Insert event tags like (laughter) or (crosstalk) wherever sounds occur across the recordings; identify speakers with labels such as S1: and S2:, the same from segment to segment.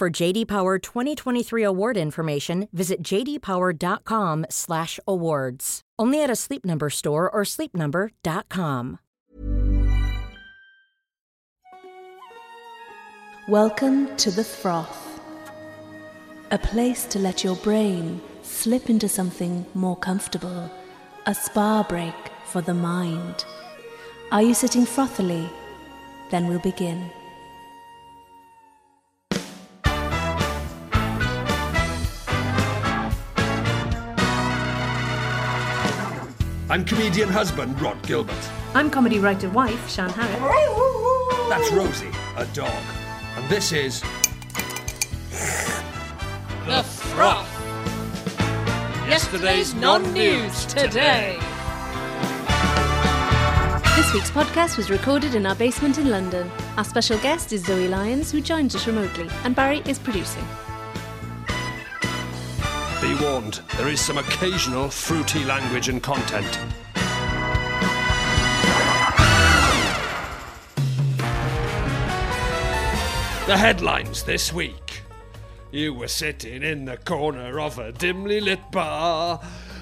S1: For JD Power 2023 award information, visit jdpower.com/awards. Only at a Sleep Number store or sleepnumber.com.
S2: Welcome to the froth. A place to let your brain slip into something more comfortable. A spa break for the mind. Are you sitting frothily? Then we'll begin.
S3: I'm comedian husband Rod Gilbert.
S4: I'm comedy writer wife Shan Harris.
S3: That's Rosie, a dog. And this is.
S5: The Froth. Yesterday's non-news today.
S2: This week's podcast was recorded in our basement in London. Our special guest is Zoe Lyons, who joins us remotely, and Barry is producing.
S3: Be warned, there is some occasional fruity language and content. The headlines this week. You were sitting in the corner of a dimly lit bar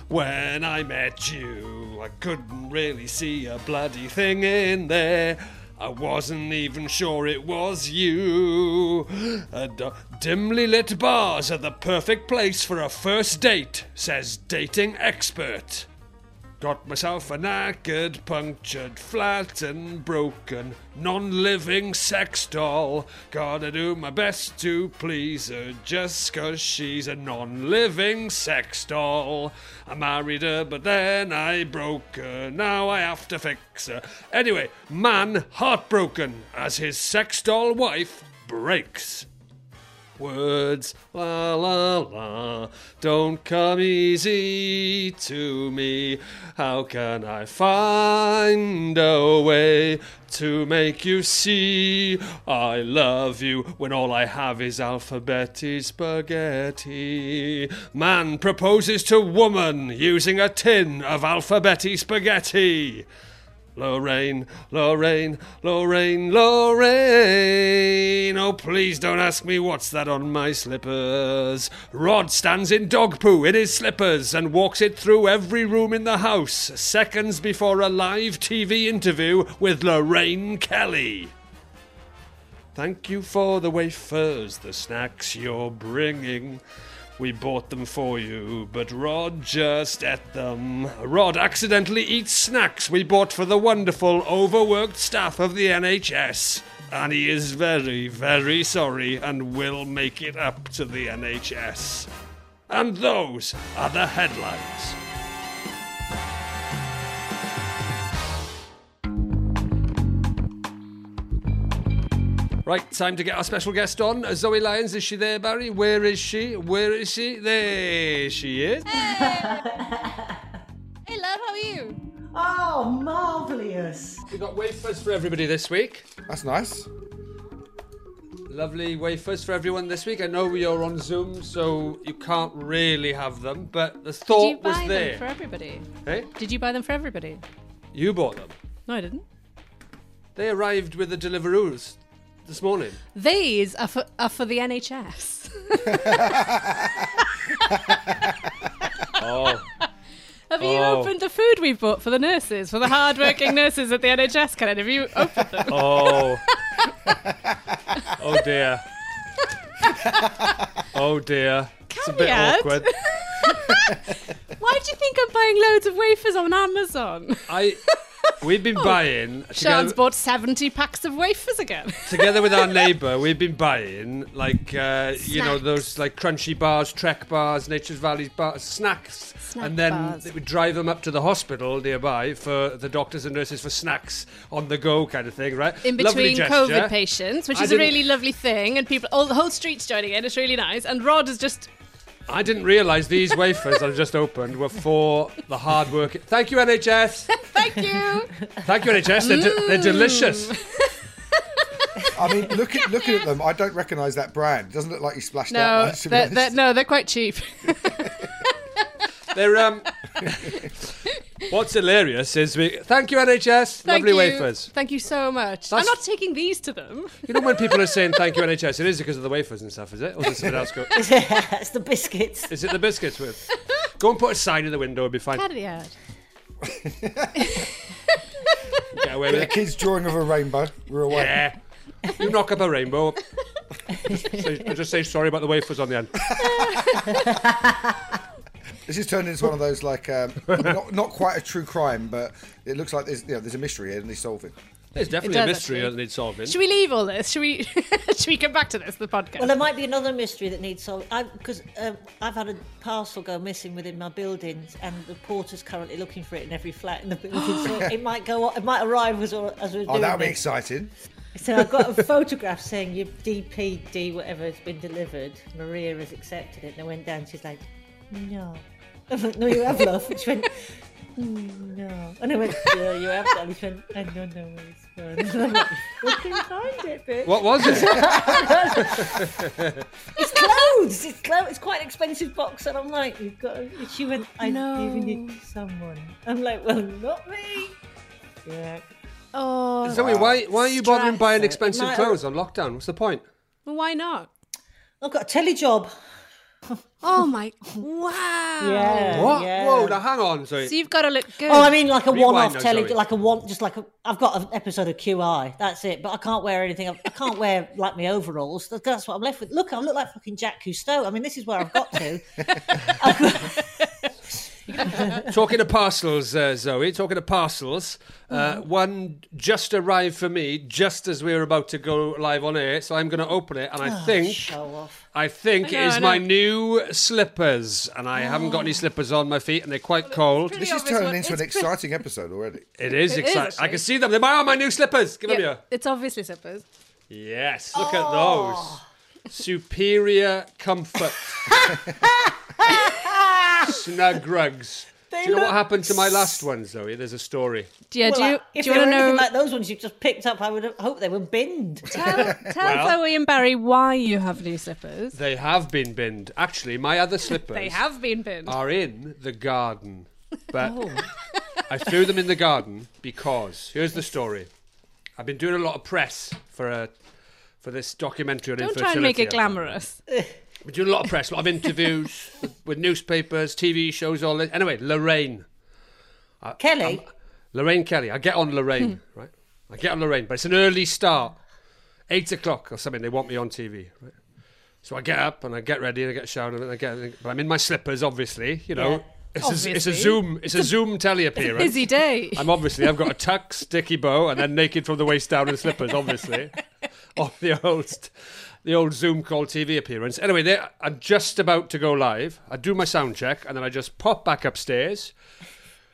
S3: when I met you. I couldn't really see a bloody thing in there. I wasn't even sure it was you. A d- dimly lit bars are the perfect place for a first date, says dating expert. Got myself a knackered, punctured, flat and broken, non living sex doll. Gotta do my best to please her just 'cause she's a non living sex doll. I married her, but then I broke her. Now I have to fix her. Anyway, man heartbroken as his sex doll wife breaks. Words, la la la, don't come easy to me. How can I find a way to make you see I love you when all I have is alphabeti spaghetti? Man proposes to woman using a tin of alphabeti spaghetti. Lorraine, Lorraine, Lorraine, Lorraine. Oh, please don't ask me what's that on my slippers. Rod stands in dog poo in his slippers and walks it through every room in the house, seconds before a live TV interview with Lorraine Kelly. Thank you for the wafers, the snacks you're bringing. We bought them for you, but Rod just ate them. Rod accidentally eats snacks we bought for the wonderful, overworked staff of the NHS. And he is very, very sorry and will make it up to the NHS. And those are the headlines. Right, time to get our special guest on. Zoe Lyons, is she there, Barry? Where is she? Where is she? There she is.
S6: Hey, love, how are you?
S7: Oh, marvellous.
S3: We've got wafers for everybody this week.
S8: That's nice.
S3: Lovely wafers for everyone this week. I know you're on Zoom, so you can't really have them, but the
S6: Did you
S3: thought
S6: buy
S3: was there.
S6: them for everybody?
S3: Hey?
S6: Did you buy them for everybody?
S3: You bought them.
S6: No, I didn't.
S3: They arrived with the Deliveroos this morning.
S6: These are for, are for the NHS.
S3: Oh,
S6: (laughs) Have you
S3: Oh.
S6: opened the food we bought for the nurses, for the
S3: (laughs)
S6: hardworking nurses at the NHS, Karen? Have you opened them? (laughs)
S3: oh. oh dear. Oh dear.
S6: Karen,
S9: That's a bit
S6: Yet.
S9: awkward.
S6: Why do you think I'm buying loads of wafers on Amazon?
S3: I we've been buying
S6: Oh. Sean's
S3: together,
S6: bought 70 packs of wafers again.
S3: together with our neighbour. We've been buying like uh, you know those like crunchy bars, Trek bars, Nature's Valley bars, snacks, and then
S6: bars.
S3: they would drive them up to the hospital nearby for the doctors and nurses for snacks on the go kind of thing, right?
S6: in
S3: Lovely
S6: between
S3: gesture.
S6: COVID patients, which
S3: I
S6: is a
S3: didn't-
S6: really lovely thing, and people, all the whole street's joining in. It's really nice. And Rod is just
S3: I didn't realise these wafers I've just opened were for the hard work. Thank you, NHS.
S6: thank (laughs) you.
S3: Thank you, NHS. They're, de- they're delicious.
S6: Mm.
S9: I mean, look at, looking at them, I don't recognise that brand. It doesn't look like you splashed out
S6: no,
S9: much. to be
S6: they're,
S9: honest.
S6: they're- no, they're quite cheap. (laughs)
S3: They're um. (laughs) What's hilarious is we. Thank you, NHS.
S6: thank
S3: Lovely
S6: you.
S3: wafers.
S6: Thank you so much.
S3: That's-
S6: I'm not taking these to (laughs) them.
S3: You know when people are saying thank you, NHS, it is because of the wafers and stuff, is it? Or is it something
S7: (laughs)
S3: else? Go,
S7: That's the biscuits.
S3: is it the biscuits with? Go and put a sign in the window. It'll be fine. Get away with
S9: A
S3: it.
S9: kid's drawing of a rainbow. We're away.
S3: Yeah. You knock up a
S6: (laughs)
S3: rainbow. Just say, just say sorry about the wafers on the end.
S9: This has turned into one of those like um, not, not quite a true crime, but it looks like there's you know, there's a mystery here and they solve it.
S3: There's definitely
S6: It
S3: a
S6: does,
S3: mystery
S6: actually.
S3: that needs solving.
S6: Should we leave all this? Should we? (laughs) should we come back to this? The podcast.
S7: Well, there might be another mystery that needs solving. Because um, I've had a parcel go missing within my buildings, and the porter's currently looking for it in every flat in the building.
S9: (gasps)
S7: so it might go. It might arrive as, as we're
S9: Oh,
S7: doing
S9: that'll be
S7: this.
S9: exciting.
S7: So I've got a photograph saying your DPD whatever has been delivered. Maria has accepted it. And I went down. She's like, no. (laughs) I went, no, you have love. And she went, "Mm, no. And I went, yeah, you have done. And she went, I don't know where it's gone. (laughs) And I'm like, we can find it, bitch.
S3: What was it?
S7: It's clothes. It's clothes. It's quite an expensive box. And I'm like, you've got. To... She went, I'm giving it to someone. I'm like, well, not me. Yeah.
S6: oh,
S3: Zoe, why, why are you bothering
S7: Stress
S3: buying
S7: it.
S3: expensive
S7: Might-
S3: clothes on lockdown? What's the point?
S6: well, why not?
S7: I've got a telejob.
S6: Oh
S7: (laughs)
S6: my! Wow.
S7: Yeah.
S3: What?
S7: Yeah.
S3: Whoa, now hang on, Zoe.
S6: So you've got to look good.
S7: Oh, I mean, like a
S3: Rewind
S7: one-off
S3: now,
S7: telly,
S3: sorry.
S7: like a one, just like a. I've got an episode of QI. That's it. But I can't wear anything. I, I can't wear like my overalls. That- That's what I'm left with. Look, I look like fucking Jack Cousteau. I mean, this is where I've got (laughs) to.
S3: Talking of parcels, uh, Zoe, talking of parcels, uh,
S6: Mm.
S3: one just arrived for me just as we were about to go live on air, so I'm going to open it, and I think.
S7: Show off.
S3: I
S6: Ah,
S3: think
S6: I
S3: it
S6: know,
S3: is
S6: I know. Oh.
S3: my new slippers, and I haven't got any slippers on my feet, and they're quite cold.
S9: This is
S6: obvious
S9: turning
S6: one.
S9: into an
S6: It's-
S9: exciting episode already.
S3: It is
S6: It is,
S3: exciting. I
S6: actually.
S3: can see them. They are my new slippers. Give them
S6: Yeah,
S3: here.
S6: it's obviously slippers.
S3: Yes, look
S6: Oh.
S3: at those. Superior
S6: (laughs)
S3: comfort. Snug rugs. Do you know what
S7: look
S3: happened to my last one, Zoe? There's a story.
S6: Yeah.
S7: Well,
S6: do you,
S7: like, if
S6: do you
S7: they
S6: want
S7: were
S6: to know?
S7: anything like those ones you've just picked up, I would have hoped they were binned.
S6: tell tell Zoe and Barry why you have new slippers.
S3: They have been binned. Actually, my other slippers
S6: They have been binned.
S3: are in the garden. But
S6: Oh.
S3: I threw them in the garden because here's the story. I've been doing a lot of press for a for this documentary on
S6: Don't try and make
S3: infertility
S6: it
S3: I've done.
S6: glamorous.
S3: We do a lot of press, a lot of interviews (laughs) with newspapers, TV shows, all this. Anyway, Lorraine.
S7: Kelly,
S3: Lorraine Kelly. I get on (laughs) Lorraine, right? I get on Lorraine, but it's an early start. Eight o'clock or something. They want me on TV, right? So I get up and I get ready and I get showered and I get, but I'm in my slippers, obviously. You know,
S7: Yeah.
S3: it's, A, it's a
S6: Obviously.
S3: Zoom, it's a Zoom telly appearance.
S6: Busy (laughs) day.
S3: I'm obviously I've got a tuck, sticky bow, and then naked from the waist down in slippers, obviously. (laughs) Of the old the old Zoom call TV appearance. Anyway, they, I'm just about to go live. I do my sound check and then I just pop back upstairs,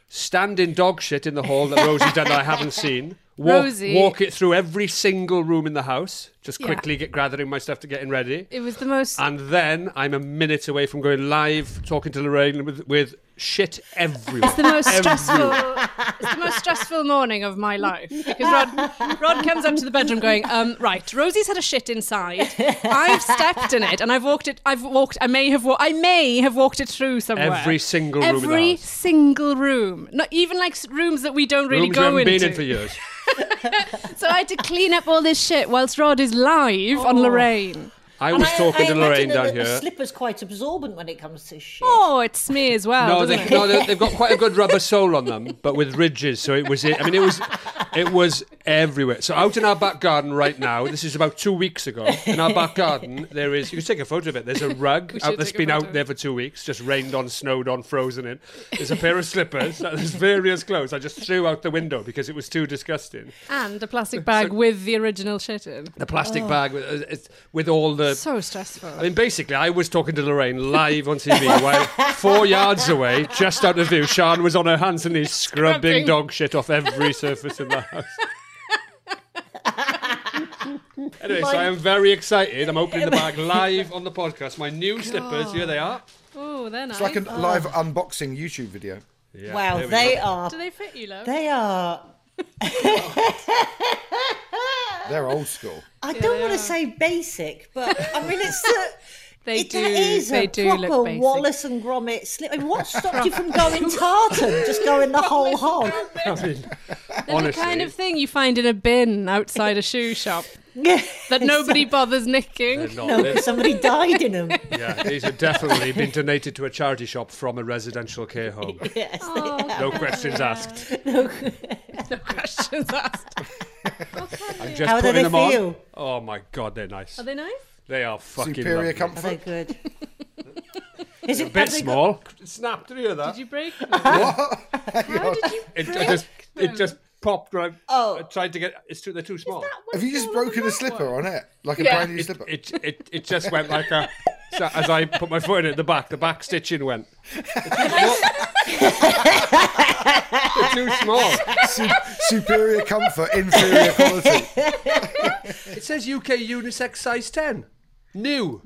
S3: stand in dog shit in the hall that Rosie's done that I haven't seen. Walk,
S6: Rosie-
S3: walk it through every single room in the house, just
S6: Yeah.
S3: quickly get gathering my stuff to getting ready.
S6: It was the most.
S3: And then I'm a minute away from going live, talking to Lorraine with, with shit everywhere.
S6: It's the
S3: (laughs)
S6: most
S3: Everywhere.
S6: stressful. It's the most stressful morning of my life because
S3: (laughs)
S6: Rod, Rod comes up to the bedroom going, um, "Right, Rosie's had a shit inside. I've stepped in it, and I've walked it. I've walked. I may have. Wa- I may have walked it through somewhere.
S3: Every single room in the
S6: Every
S3: house.
S6: single room. Not even like s- rooms that we don't really
S3: Rooms
S6: go
S3: we haven't
S6: into.
S3: been in for years. (laughs)
S6: So I had to clean up all this shit whilst Rod is live
S3: Oh.
S6: on Lorraine.
S3: I was talking to Lorraine down
S7: The
S3: here.
S7: slipper's quite absorbent when it comes to shit.
S6: Oh, it smears well.
S3: (laughs) No,
S6: doesn't
S3: they,
S6: it?
S3: no, they- they've got quite a good rubber sole on them, but with ridges. So it was, I mean, it was, it was everywhere. So out in our back garden right now, this is about two weeks ago. In our back garden, there is. You can take a photo of it. There's a rug
S6: We should
S3: out that's
S6: take a
S3: been
S6: photo.
S3: out there for two weeks, just rained on, snowed on, frozen in. There's a pair of slippers. There's various clothes. I just threw out the window because it was too disgusting.
S6: And a plastic bag with the original shit in.
S3: The plastic
S6: Oh.
S3: bag with, uh, it's- with all the.
S6: So stressful.
S3: I mean, basically, I was talking to Lorraine live on
S7: (laughs)
S3: TV while four yards away, just out of view, Sean was on her hands and knees scrubbing,
S6: Scrubbing.
S3: dog shit off every surface in the
S7: (laughs)
S3: house. anyway, so I am very excited. I'm opening the
S7: (laughs)
S3: bag live on the podcast. My new slippers, here they are.
S6: Oh, they're nice.
S9: It's like a live unboxing YouTube video.
S3: Yeah,
S7: wow,
S3: there we
S7: they
S3: go.
S7: are.
S6: Do they fit you, love?
S7: They are.
S9: They're old school.
S7: I don't want to say basic, but I mean
S6: (laughs)
S7: it's. The,
S6: They
S7: it,
S6: do.
S7: That is
S6: they
S7: a
S6: do
S7: proper
S6: look basic.
S7: Wallace and Gromit slip. I mean, what stopped you from going tartan? Just going the whole hog. (laughs)
S3: I mean,
S6: They're the kind of thing you find in a bin outside a shoe
S7: (laughs)
S6: shop that nobody bothers
S3: they're
S6: nicking.
S3: not. (laughs)
S7: No,
S3: They're-
S7: 'cause somebody died
S6: (laughs)
S7: in them.
S3: yeah, these have definitely been donated to a charity shop from a residential care home.
S7: (laughs) Yes.
S3: No questions asked.
S6: No questions
S7: (laughs)
S6: asked.
S3: I'm just
S7: How do
S3: putting
S7: they
S3: them on.
S7: feel?
S3: Oh my god, they're nice.
S6: Are they nice?
S3: They are fucking
S9: Superior
S3: lovely.
S7: Are
S9: comfort.
S7: they good? Is it
S3: A bit
S7: have they got-
S3: small. It snapped through that.
S6: Did you
S7: (laughs)
S6: break them? How did you
S3: It,
S6: break
S3: just
S6: them?
S3: it just popped right.
S7: Oh.
S3: I tried to get. It's too, they're too small.
S9: Have you just broken a slipper on it? Like a
S6: Yeah.
S9: brand new
S3: It,
S9: (laughs) slipper?
S3: it it it just went like a. (laughs) So as I put my foot in it, the back the back stitching went. (laughs) They're too small.
S9: Su- superior comfort, inferior quality.
S3: It says UK unisex size ten. New.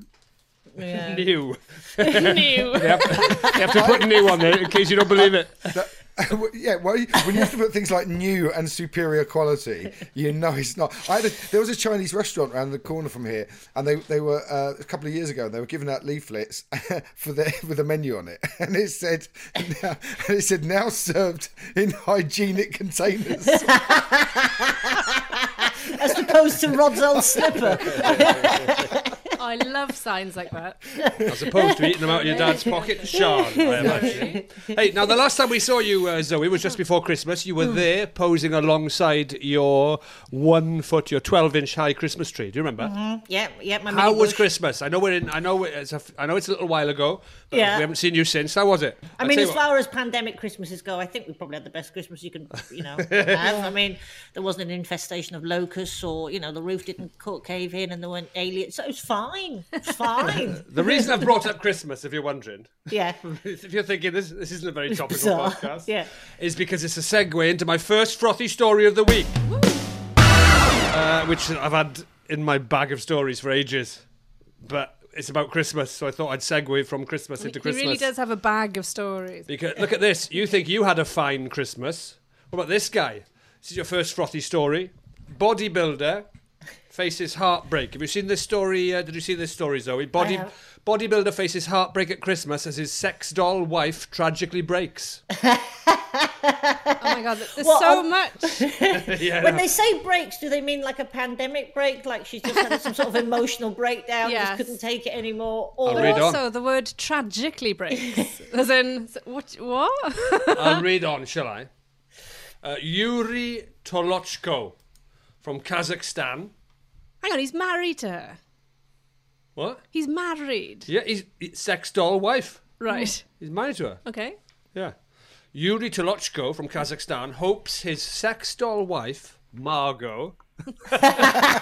S3: New.
S6: new?
S3: They have, they have to put new on there in case you don't believe it.
S9: (laughs) yeah, well, you- when you have to put things like new and superior quality, you know it's not. I had a, there was a Chinese restaurant around the corner from here, and they they were uh, a couple of years ago, and they were giving out leaflets (laughs) for the with a menu on it, and it said (laughs) now, and it said now served in hygienic containers.
S7: as opposed to Rod's
S3: (laughs)
S7: old slipper?
S6: I love signs like that.
S3: As opposed to eating them out of your dad's pocket, Sean. I imagine. Hey, now the last time we saw you, uh, Zoe, was just before Christmas. You were
S7: Hmm.
S3: there posing alongside your one foot, your twelve-inch high Christmas tree. Do you remember?
S7: yeah, yeah. My
S3: How
S7: mini
S3: was
S7: Mm-hmm. bush.
S3: Christmas? I know we're in. I know it's. A, f- I know it's a little while ago. But
S7: Yeah.
S3: We haven't seen you since. How was it?
S7: I
S3: I'll
S7: mean,
S3: tell
S7: as
S3: you what,
S7: far as pandemic Christmases go, I think we probably had the best Christmas you can,
S3: (laughs)
S7: you know, have. I mean, there wasn't an infestation of locusts, or you know, the roof didn't co- cave in, and there weren't aliens. So it was fine.
S3: (laughs)
S7: It was fine.
S3: The reason I've brought up Christmas, if you're wondering, (laughs)
S7: yeah.
S3: if you're thinking this, this isn't a very topical
S7: bizarre.
S3: podcast,
S7: Yeah.
S3: is because it's a segue into my first frothy story of the week, uh, which I've had in my bag of stories for ages, but it's about Christmas, so I thought I'd segue from Christmas into Christmas.
S6: He really does have a bag of stories.
S3: Because look at this. You think you had a fine Christmas? What about this guy? This is your first frothy story. Bodybuilder faces heartbreak. Have you seen this story? Uh, did you see this story, Zoe? Body bodybuilder faces heartbreak at Christmas as his sex doll wife tragically breaks.
S6: Oh my god, there's
S7: Well, um,
S6: so
S7: I'm-
S6: much.
S3: yeah.
S7: When they say breaks, do they mean like a pandemic break, like she's just had some sort of emotional breakdown,
S6: Yes.
S7: just couldn't take it anymore, or
S3: (laughs) Read on.
S6: also, the word tragically
S7: (laughs)
S6: breaks. As in, what? what? (laughs)
S3: I'll read on, shall I? Uh, Yuri Tolochko from Kazakhstan.
S6: Hang on, he's married to her.
S3: What?
S6: He's married.
S3: Yeah, he's, he's sex doll wife.
S6: Right.
S3: He's married to her.
S6: Okay.
S3: Yeah. Yuri Tolochko from Kazakhstan hopes his sex doll wife, Margot,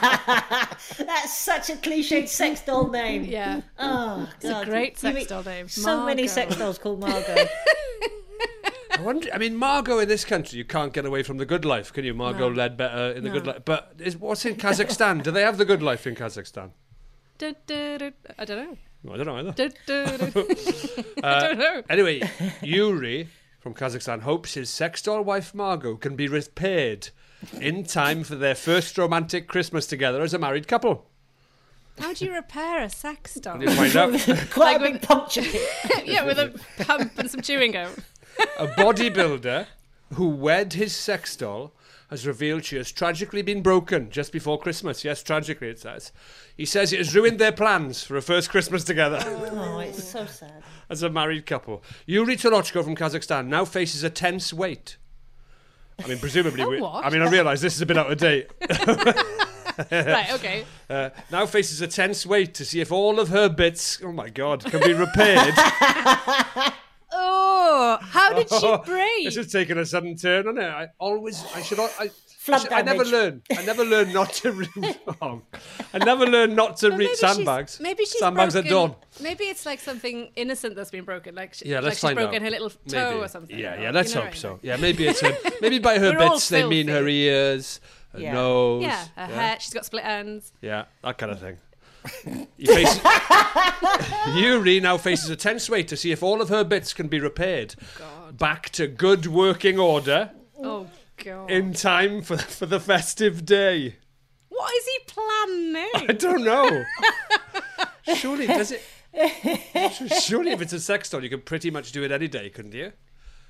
S7: that's such a cliched sex doll name.
S6: Yeah.
S7: Oh, it's
S6: a great sex doll name.
S7: So many
S6: Margot.
S7: sex dolls
S6: (laughs)
S7: called Margot.
S3: I wonder. I mean, Margot in this country, you can't get away from the good life, can you? Margot Ledbetter in the good life. But is, what's in Kazakhstan? Do they have the good life in Kazakhstan?
S6: Du- du- du- I don't know.
S3: No, I don't know either.
S6: Du- du-
S3: (laughs)
S6: du-
S3: Uh,
S6: I don't know.
S3: Anyway, Yuri from Kazakhstan hopes his sex doll wife Margot can be repaired in time for their first romantic Christmas together as a married couple.
S6: How do you repair a sex doll?
S3: You find out.
S6: Like
S7: Quite a big
S6: (laughs)
S7: puncture. here.
S6: yeah, with a pump and some chewing gum.
S3: A bodybuilder who wed his sex doll has revealed she has tragically been broken just before Christmas. Yes, tragically, it says. He says it has ruined their plans for a first Christmas together (laughs)
S7: Oh, it's so sad.
S3: as a married couple. Yuri Tolochko from Kazakhstan now faces a tense wait I mean, presumably,
S6: A
S3: we,
S6: what?
S3: I mean, I realise this is a bit out of date.
S6: right, okay.
S3: Uh, now faces a tense wait to see if all of her bits, oh my god, can
S6: (laughs)
S3: be repaired.
S6: Oh, how did she
S3: Oh,
S6: break?
S3: This has taken a sudden turn on it. I always, I should, al- I, I,
S6: Flood
S3: should, I never
S6: damage.
S3: learn. I never learn not
S6: (laughs)
S3: to. Re- oh, I never learn not to read
S6: Maybe she's-
S3: sandbags.
S6: Maybe she's
S3: sandbags
S6: broken,
S3: at dawn.
S6: Maybe it's like something innocent that's been broken, like she,
S3: Yeah,
S6: like
S3: let's
S6: she's
S3: find
S6: broken
S3: out.
S6: her little toe
S3: Maybe.
S6: or something.
S3: Yeah, yeah.
S6: or-
S3: Let's
S6: you know
S3: hope
S6: what I
S3: so. Yeah, maybe it's her, maybe by her
S6: (laughs) We're all
S3: bits they mean her ears, her
S6: mean? Yeah.
S3: nose.
S6: Yeah, her hair. She's got split ends.
S3: Yeah, that kind of thing. You face- (laughs) Yuri now faces a tense wait to see if all of her bits can be repaired back to good working order
S6: Oh god.
S3: in time for for the festive day.
S6: What is he planning?
S3: I don't know. Surely does it? Surely, if it's a sex doll, you could pretty much do it any day, couldn't you?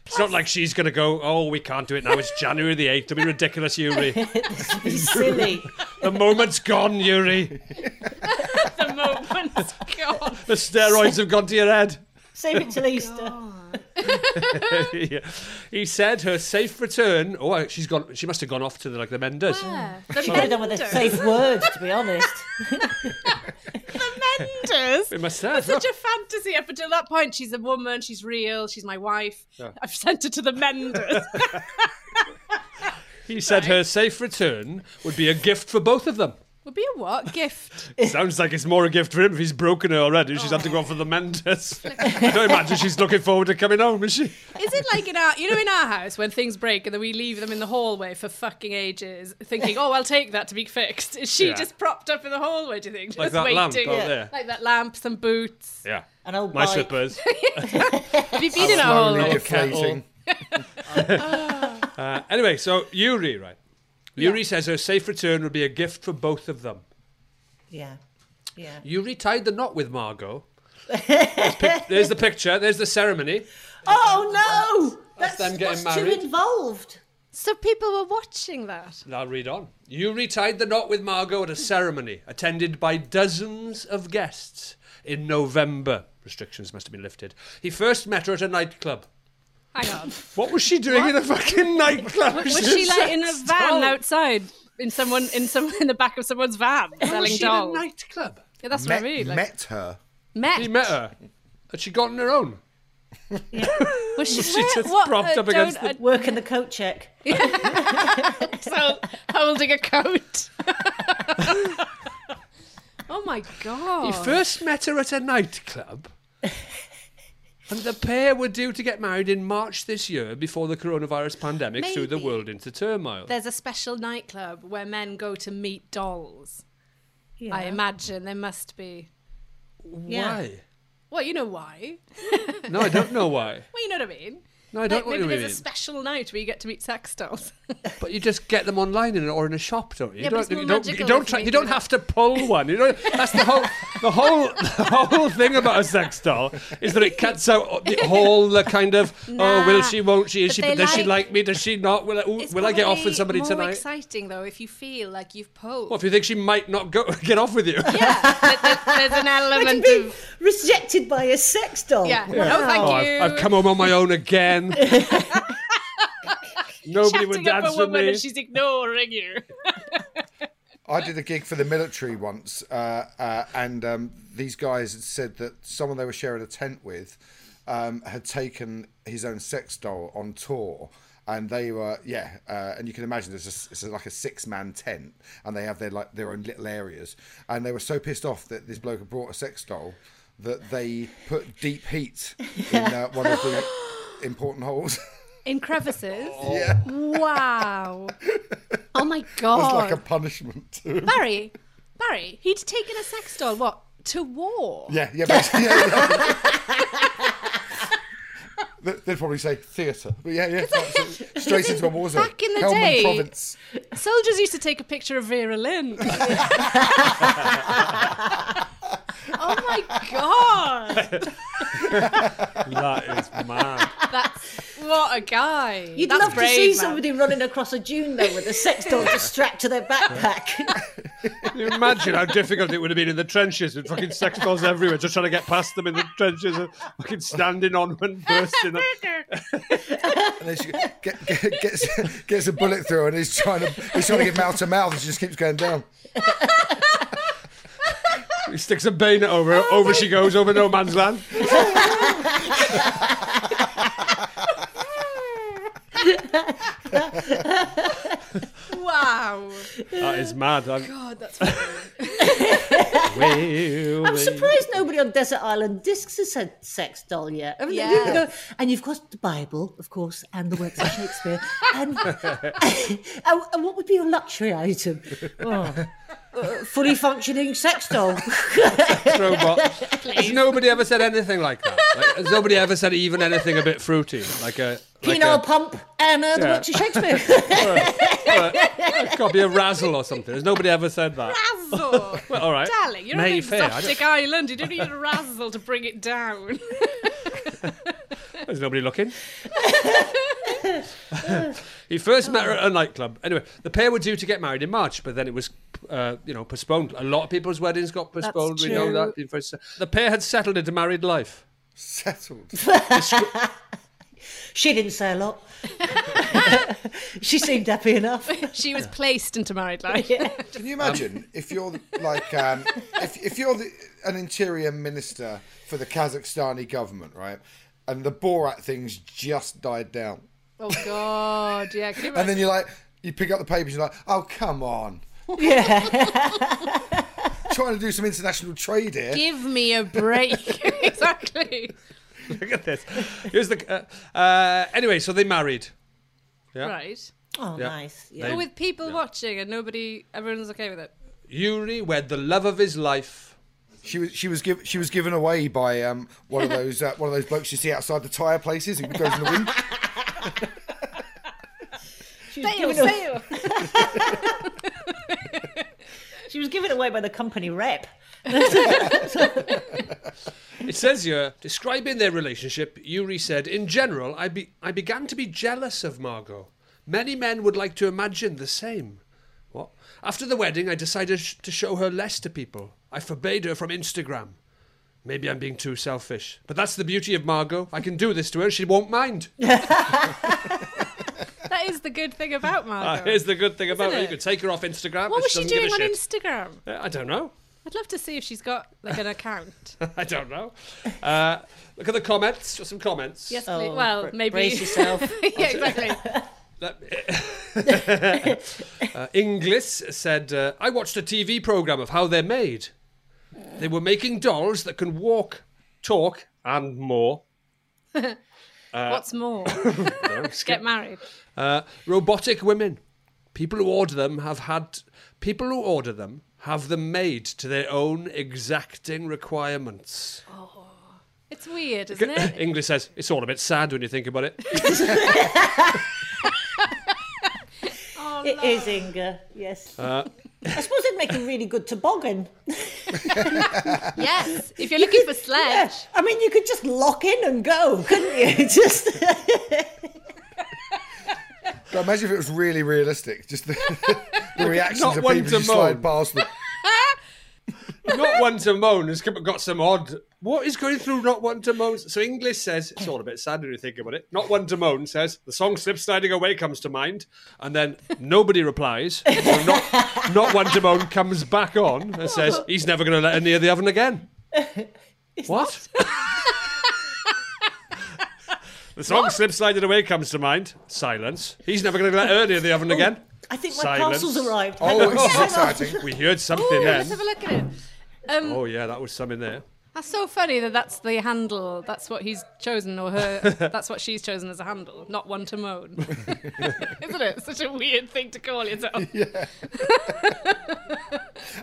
S3: It's not like she's going to go, oh, we can't do it now. It's January the 8th. It'll be ridiculous, Yuri.
S7: (laughs) silly.
S3: the moment's gone, Yuri.
S6: (laughs) the moment's gone.
S3: The steroids have gone to your head.
S7: Save it till Easter.
S3: (laughs) Yeah. He said her safe return. Oh, she's gone. She must have gone off to the, like the menders.
S7: She could have done with a safe word, to be honest.
S6: Menders.
S3: We must have.
S6: It's such a fantasy. Up until that point, she's a woman. She's real. She's my wife.
S3: Yeah.
S6: I've sent her to the
S3: (laughs)
S6: Menders.
S3: He said her safe return would be a gift for both (laughs) of them.
S6: Would be a what gift?
S3: Sounds like it's more a gift for him if he's broken her already. She's had to go off for the
S7: (laughs)
S3: Menders. I don't imagine she's looking forward to coming home, is she?
S6: Is it like in our, you know, in our house when things break and then we leave them in the hallway for fucking ages, thinking, oh, I'll take that to be fixed. Is she
S3: Yeah.
S6: just propped up in the hallway? Do you think, just
S3: Like that
S6: waiting,
S3: lamp out there.
S6: like that lamp, some boots?
S3: Yeah.
S7: An old
S3: My
S7: bike. (laughs)
S3: slippers.
S6: Have you been in a hallway?
S9: deflating.
S3: Uh, anyway, so Yuri, right? Yuri says her safe return would be a gift for both of them.
S7: (laughs) Yeah. Yeah.
S3: Yuri tied the knot with
S7: (laughs)
S3: Margot. There's, pic- there's the picture. There's the ceremony.
S7: Oh no!
S3: That's
S7: That's,
S3: them getting
S7: that's
S3: married.
S7: too involved.
S6: So people were watching that.
S3: And I'll read on. Yuri tied the knot with Margot at a ceremony attended by dozens of guests in November. Restrictions must have been lifted. He first met her at a nightclub.
S6: Hang on,
S3: What was she doing in a fucking
S6: (laughs)
S3: nightclub?
S6: was she like in a
S3: Sex
S6: van
S3: doll.
S6: outside? In someone, in some, in the back of someone's van,
S3: Why was
S6: selling
S3: she in a
S6: dolls.
S3: nightclub?
S6: Yeah, that's
S9: Met,
S6: what I mean. Like,
S9: met her.
S6: met.
S3: He met her. Had she gotten her own?
S6: Was she,
S3: (laughs) she just
S6: what,
S3: propped
S6: uh,
S3: up against
S6: don't-
S7: Working the coat check.
S6: uh, (laughs) so- holding a coat. oh my god!
S3: He first met her at
S6: (laughs)
S3: a nightclub. and the pair were due to get married in March this year before the coronavirus pandemic threw the
S6: Maybe.
S3: world into turmoil.
S6: There's a special nightclub where men go to meet dolls. I imagine there must be.
S3: Why?
S6: Well, you know why.
S3: No, I don't know why.
S6: Well, you know what I mean.
S3: No, I don't
S6: Like,
S3: know what
S6: maybe
S3: you
S6: there's
S3: mean.
S6: a special night where you get to meet sex dolls.
S3: But you just get them online in, or in a shop, don't you?
S6: Yeah, but
S3: you don't,
S6: it's more
S3: you don't,
S6: magical
S3: you don't,
S6: if
S3: try,
S6: you
S3: you don't
S6: do
S3: have to pull one. You don't, that's the whole, the whole, (laughs) the whole thing about a sex doll is that it cuts out the, all the kind of oh, will
S6: Nah.
S3: she, won't she, is
S6: But
S3: she,
S6: they
S3: does she
S6: like-
S3: like me, does she not? Will I, ooh,
S6: It's
S3: will I get off
S6: probably
S3: with somebody
S6: more
S3: tonight?
S6: exciting though if you feel like you've pulled.
S3: Well, if you think she might not go, (laughs) get off with you.
S6: yeah, there- there's (laughs) an
S7: Imagine
S6: element
S7: being
S6: of
S7: rejected by a sex doll.
S6: yeah. No, thank
S3: Oh,
S6: you.
S3: I've, I've come home on my
S6: (laughs)
S3: own again. Nobody would
S6: Chatting up
S3: dance
S6: a
S3: with
S6: woman
S3: me.
S6: and she's ignoring you.
S9: I did a gig for the military once, uh, uh, and um, these guys had said that someone they were sharing a tent with um, had taken his own sex doll on tour. And they were, yeah, uh, and you can imagine there's a, it's like a six-man tent, and they have their like their own little areas. And they were so pissed off that this bloke had brought a sex doll that they put deep heat in uh, one of the important holes. (laughs)
S6: In crevices.
S9: yeah,
S6: (laughs) Wow. Oh my
S9: it was
S6: god.
S9: like a punishment to him.
S6: Barry, Barry, he'd taken a sex doll, what, to war?
S9: Yeah, yeah, basically. Yeah, yeah. (laughs) They- They'd probably say theatre, but yeah, yeah,
S6: (laughs)
S9: absolutely. straight into a war zone.
S6: Back in the
S9: Helmand
S6: day-
S9: province.
S6: Soldiers used to take a picture of Vera (laughs) Lynn. oh Oh, my god.
S3: that is mad.
S6: That's what a guy.
S7: You'd
S6: That's
S7: love to
S6: brave,
S7: see
S6: man. (laughs)
S7: somebody running across a dune though with a sex doll just strapped to their backpack.
S3: Can you imagine how difficult it would have been in the trenches with fucking sex dolls everywhere, just trying to get past them in the trenches and fucking standing on one, bursting. them.
S9: And then she get, get- gets, (laughs) gets a bullet through and he's trying to he's trying to get mouth to mouth and she just keeps going down.
S3: He sticks a bayonet over her, over she goes, over no man's land.
S6: wow.
S3: That is mad. I'm,
S7: God, that's.
S3: Will
S7: I'm
S3: we-
S7: surprised nobody on Desert Island Discs has said sex doll yet. I mean,
S4: Yeah.
S7: you can go- and you've got the Bible, of course, and the works
S3: (laughs)
S7: of Shakespeare. And, (laughs) and- and what would be your
S3: (laughs)
S7: luxury item? Oh, uh, fully functioning
S3: (laughs)
S7: sex doll.
S3: robot. Has nobody ever said anything like that? Like, has nobody ever said even anything a bit fruity? Like a, like
S7: Penile
S3: a-
S7: pump and uh, the
S3: Yeah.
S7: works of Shakespeare.
S3: (laughs) a copy of Razzle or something. Has nobody ever said that?
S6: Razzle.
S3: (laughs) Well, all right.
S6: Darling, you're on an
S3: Mayfair, I don't-
S6: exotic island. You don't need a razzle to bring it
S3: (laughs)
S6: down.
S3: There's nobody looking. he first met her at a nightclub. Anyway, the pair were due to get married in March, but then it was, uh, you know, postponed. A lot of people's weddings got
S10: That's
S3: postponed. We know
S10: true.
S3: that. In first- The pair had settled into married life. (laughs)
S9: Settled.
S7: she didn't say
S3: (laughs)
S7: a lot. she seemed happy enough.
S6: she was placed into married
S3: (laughs)
S6: life.
S9: Can you imagine if you're the- like um, if, if you're the, an interior minister for the Kazakhstani government, right? And the Borat things just died down,
S6: Oh God, yeah. Can you
S9: and then you're like, you pick up the papers, you're like, oh come on,
S7: yeah.
S9: trying to do some international trade here.
S6: Give me a
S3: (laughs)
S6: break. exactly.
S3: Look at this. Here's the. Uh, uh, anyway, so they married. Yeah.
S6: Right.
S7: Oh,
S3: Yeah. nice, yeah.
S6: But with people watching and nobody, everyone's okay with it.
S3: Yuri wed the love of his life.
S9: She was she was giv she was given away by um, one
S3: (laughs)
S9: of those uh, one of those blokes you see outside the tyre places who goes in the wind.
S7: She was
S6: Fail,
S7: given
S6: fail.
S7: (laughs)
S3: (laughs)
S7: She was given away by the company rep.
S3: It says here, describing their relationship, Yuri said, In general, I, be- I began to be jealous of Margot. Many men would like to imagine the same. What? After the wedding, I decided sh- to show her less to people. I forbade her from Instagram. Maybe I'm being too selfish. But that's the beauty of Margot. I can do this to her, she
S6: (laughs)
S3: won't mind.
S6: That is the good thing about
S3: (laughs) Ah,
S6: Margot.
S3: here's the good thing about
S6: Isn't
S3: her. You
S6: it?
S3: could take her off Instagram.
S6: what
S3: and
S6: was she
S3: doesn't give a
S6: doing on
S3: shit.
S6: Instagram?
S3: Uh, I don't know. (laughs)
S6: I'd love to see if she's got like an account.
S3: I don't know. Uh, look at the comments. Just some comments.
S6: Yes, please. well,
S7: bra-
S6: maybe.
S7: brace yourself.
S6: (laughs) yeah, exactly.
S3: (laughs) uh, (laughs) Inglis said, uh, I watched a TV program of how they're made. They were making dolls that can walk, talk, and
S6: (laughs)
S3: more. Uh,
S6: What's more?
S3: no, skip.
S6: Get married.
S3: Uh, robotic women. People who order them have had. People who order them have them made to their own exacting requirements.
S6: It's weird, isn't
S3: (laughs)
S6: it?
S3: Inglis says, it's all a bit sad when you think about it.
S7: It is Inga, yes.
S3: Uh,
S7: I suppose it'd make a really good toboggan.
S6: yes. If you're
S11: (laughs)
S6: looking for sledge,
S7: I mean, you could just lock in and go, couldn't you? (laughs) Just
S9: But imagine if it was really realistic, just the, (laughs) the reactions
S3: Not
S9: of
S3: one
S9: people
S3: to
S9: who slide
S3: moan.
S9: past
S3: (laughs)
S9: them.
S3: not one to moan has come- got some odd. What is going through not one to moan? So English says it's all a bit sad when you think about it. Not one to moan says the song "Slip Sliding Away" comes to mind, and then nobody replies. So not not one to moan comes back on and says he's never going to let her near the oven again. what? (laughs) the song "Slip Sliding Away" comes to mind. Silence. He's never going to let her near the oven again.
S7: Oh, I think my
S3: Silence.
S7: parcel's arrived. Hang
S9: Oh,
S3: (laughs)
S7: on.
S9: this is
S7: Hang on.
S9: exciting.
S3: We heard something
S6: Ooh,
S3: then.
S6: Oh, let's have a look at it. Um,
S3: Oh yeah, that was something there.
S6: That's so funny that that's the handle. That's what he's chosen, or
S3: (laughs)
S6: her. that's what she's chosen as a handle, not one to moan. (laughs) Isn't it? Such a weird thing to call
S3: (laughs)
S6: yourself.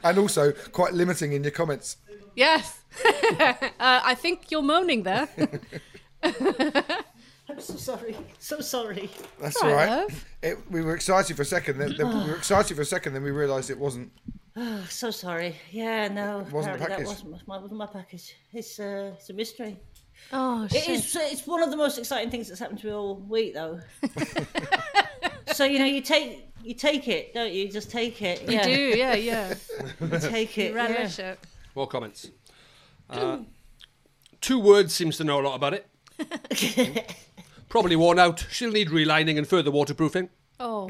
S9: and also quite limiting in your comments.
S6: Yes. (laughs) uh, I think you're moaning there.
S7: I'm so sorry. So sorry.
S9: That's
S6: All
S9: all
S6: right,
S9: right.
S6: love.
S9: It, we were excited for a second. Then, then
S3: (sighs)
S9: we were excited for a second. Then we realised it wasn't.
S7: Oh, so sorry. Yeah, no. It
S9: wasn't the
S7: That
S9: package.
S7: wasn't my, wasn't my package. It's, uh, it's a mystery.
S6: Oh
S7: It is. uh, It's (laughs) one of the most exciting things that's happened to me all week, though. so you know, you take You take it, don't you? Just take it.
S6: You
S7: yeah.
S6: do, yeah,
S3: (laughs)
S6: yeah.
S7: You take it.
S6: You relish it.
S3: More comments. Uh, two words seems to know a lot about it. Probably worn out. She'll need relining and further waterproofing.
S6: Oh.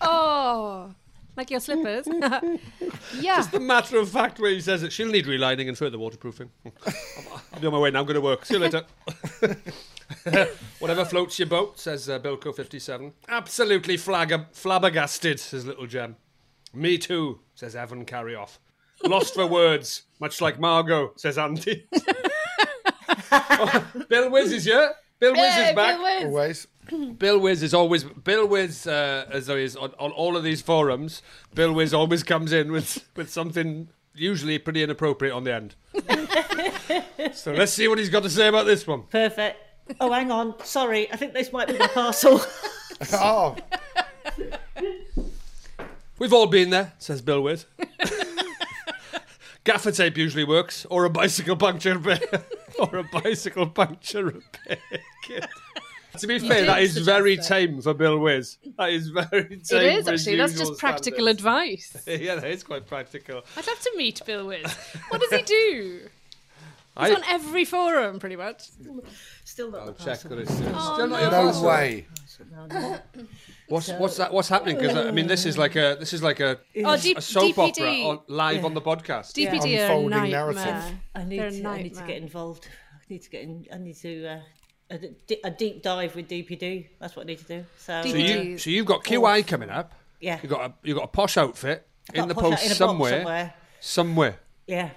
S6: oh. Like your (laughs) slippers. yeah.
S3: Just the (laughs) matter of fact way he says it. She'll need relining and further waterproofing. (laughs) I'll be on my way now. I'm going to work. See you later. (laughs) Whatever floats your boat, says uh, Bilko57. Absolutely flag- flabbergasted, says Little Gem. Me too, says Evan Carryoff. Lost for words, much like Margot, says Andy. (laughs) Oh, Bill Wiz is here. Bill Wiz
S6: Hey,
S3: is back.
S6: Bill Wiz.
S9: (laughs) Always.
S3: Bill Wiz is always Bill Wiz, uh, as there is on, on all of these forums. Bill Wiz always comes in with with something usually pretty inappropriate on the end. so let's see what he's got to say about this one.
S7: Perfect. Oh, hang on. Sorry, I think this might be my parcel. (laughs)
S9: oh.
S3: We've all been there, says Bill Wiz. (laughs) Gaffer tape usually works, or a bicycle puncture repair, (laughs) or a bicycle puncture repair kit. To be fair,
S6: did
S3: that is
S6: suggest
S3: very
S6: that.
S3: tame for Bill Wiz. That is very
S6: It
S3: tame.
S6: is
S3: for his
S6: actually. That's
S3: usual
S6: just practical
S3: standards.
S6: advice.
S3: (laughs) yeah, that is quite practical.
S6: I'd love to meet Bill Wiz. What does he do? He's
S3: I-
S6: on every forum, pretty much.
S7: Still not.
S3: I'll check that it's still,
S6: Oh,
S3: still not your
S6: no.
S9: No
S3: password.
S9: way.
S3: What's what's that? What's happening? Because I mean, this is like a this is like a,
S6: Oh,
S3: a
S6: D-
S3: soap opera
S6: DPD.
S3: on, live on the podcast.
S6: DPD are a
S9: Unfolding
S6: nightmare.
S9: narrative.
S7: I need.
S6: They're a
S7: To, I need to
S6: nightmare.
S7: get involved. I need to get in. I need to. Uh, a, d- a deep dive with DPD. That's what I need to do. So,
S3: So
S6: DPD.
S7: uh,
S3: you so you've got QI coming up.
S7: Yeah.
S3: You got a you got a posh outfit
S7: got
S3: in the
S7: a posh out-
S3: post
S7: in a box
S3: somewhere,
S7: somewhere.
S3: somewhere.
S7: yeah.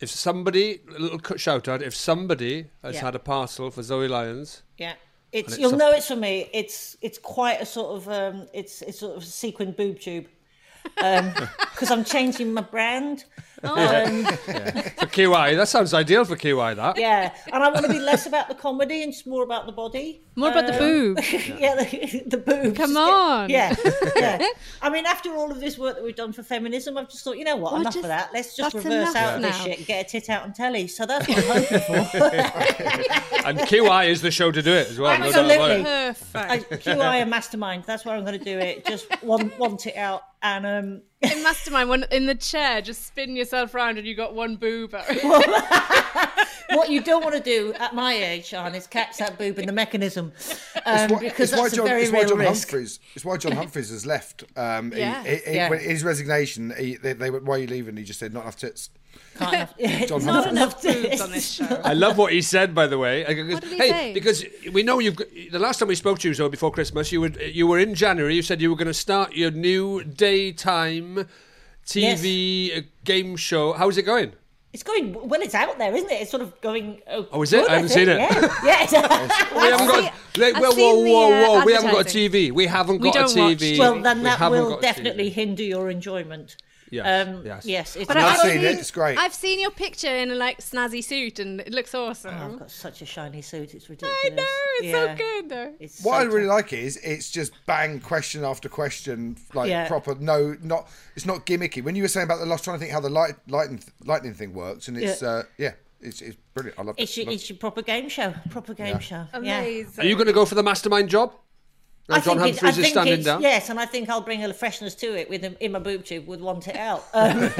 S3: If somebody, a little cut shout out, if somebody has
S7: Yeah.
S3: had a parcel for Zoe Lyons,
S7: Yeah. It's,
S3: it's
S7: you'll
S3: a-
S7: know it's from me. It's it's quite a sort of um, it's it's sort of a sequin boob tube
S3: (laughs)
S7: because I'm changing my brand. Um,
S3: for QI, that sounds ideal for QI. That
S7: yeah, and I want to be less about the comedy and just more about the body. (laughs)
S6: More about the boob.
S7: yeah, the, the boobs.
S6: Come on.
S7: Yeah,
S6: (laughs)
S7: yeah. I mean, after all of this work that we've done for feminism, I've just thought, you know what,
S6: Well,
S7: enough
S6: just-
S7: of that. Let's just
S6: that's
S7: reverse
S6: enough
S7: out of this
S6: now.
S7: shit and get a tit out on telly. So that's what I'm hoping for.
S3: and QI is the show to do it as
S7: (laughs)
S3: well. no doubt about it.
S7: Absolutely.
S6: Perfect.
S7: I, QI and mastermind. That's where I'm going to do it. Just want want it out and um. (laughs)
S6: in Mastermind, when in the chair, just spin yourself round and you got one boob out.
S7: what you don't want to do at my age, Sean, is catch that boob in the mechanism, um,
S9: Why-
S7: because
S9: it's why
S7: that's
S9: John,
S7: a very
S9: it's why
S7: real
S9: John
S7: risk.
S9: Humphreys. It's why
S7: (laughs)
S9: John Humphreys has left. Um, he-
S6: Yeah.
S9: he- he-
S7: Yeah.
S9: when his resignation, he, they, they went, "Why are you leaving?" He just said, "Not enough tits."
S7: Can't enough,
S9: John
S7: not
S9: Humphreys.
S7: enough
S6: boobs on this
S7: to.
S6: show.
S3: I love what he said, by the way.
S6: What did he
S3: hey,
S6: say?
S3: because we know you've. Got, the last time we spoke to you, Zoe, before Christmas, you would you were in January. You said you were going to start your new daytime TV uh game show. How's it going?
S7: It's going well. It's out there, isn't it? It's sort of going. Oh,
S3: Oh, is it?
S7: good,
S3: I haven't seen it.
S7: Yeah, yeah.
S9: (laughs)
S7: it's-
S3: we haven't got. like,
S6: I've
S3: whoa, whoa,
S6: seen the,
S3: whoa,
S6: uh,
S3: whoa! we haven't got a
S6: advertising.
S3: TV. We haven't
S6: We
S3: got a
S6: don't watch
S3: TV.
S7: well, then
S3: We
S7: that
S3: haven't
S7: will
S3: got a TV.
S7: definitely hinder your enjoyment.
S3: Yes,
S7: Um,
S3: yes.
S7: yes. it's
S9: I've
S7: I've
S9: seen it, it's great.
S6: I've seen your picture in a like snazzy suit and it looks awesome.
S7: I've got such a shiny suit. It's ridiculous.
S6: I know, it's
S7: Oh,
S6: so
S7: yeah.
S6: good though.
S7: It's
S9: What I
S7: so
S9: really like is it's just bang question after question, like
S7: Yeah.
S9: proper. No, not it's not gimmicky. When you were saying about the, I was trying to think how the light, lightning, lightning thing works, and it's
S7: Yeah.
S9: yeah, uh, yeah it's, it's brilliant. I love
S7: It's
S9: it.
S7: your,
S9: Love-
S7: it's your proper game show. Proper game show. Yeah.
S6: Amazing.
S3: Are you going to go for the mastermind job? Now,
S7: I
S3: John
S7: think it- I
S3: Humphreys is
S7: think
S3: standing
S7: it's-
S3: down.
S7: Yes, and I think I'll bring a freshness to it with him in my boob tube. Would want it out. (laughs) Um,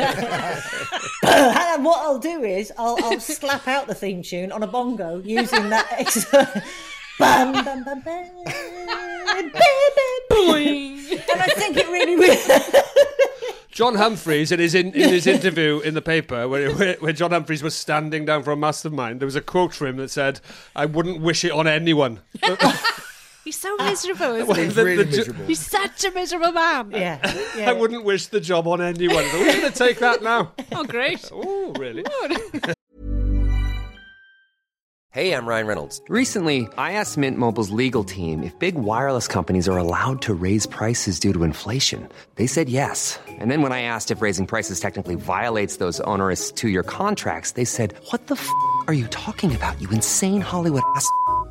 S7: and what I'll do is I'll, I'll slap out the theme tune on a bongo using that. (laughs) Ex- bam, bam, bam, bam, bam,
S6: (laughs) Boing.
S7: And I think it really, really
S3: John Humphreys, in his, in, in his interview in the paper, where, where, where John Humphreys was standing down for a mastermind, there was a quote for him that said, I wouldn't wish it
S9: (laughs)
S3: on anyone.
S6: (laughs) He's so miserable, isn't he?
S9: It's
S3: (laughs) the-
S9: really
S3: the ju-
S9: miserable.
S6: He's such a miserable man.
S7: yeah, yeah.
S3: I wouldn't wish the job on anyone. We're going to take that
S9: (laughs)
S3: now.
S6: Oh, great.
S3: Oh, really?
S12: Hey, I'm Ryan Reynolds. Recently, I asked Mint Mobile's legal team if big wireless companies are allowed to raise prices due to inflation. They said yes. And then when I asked if raising prices technically violates those onerous two year contracts, they said, What the f are you talking about, you insane Hollywood ass? f-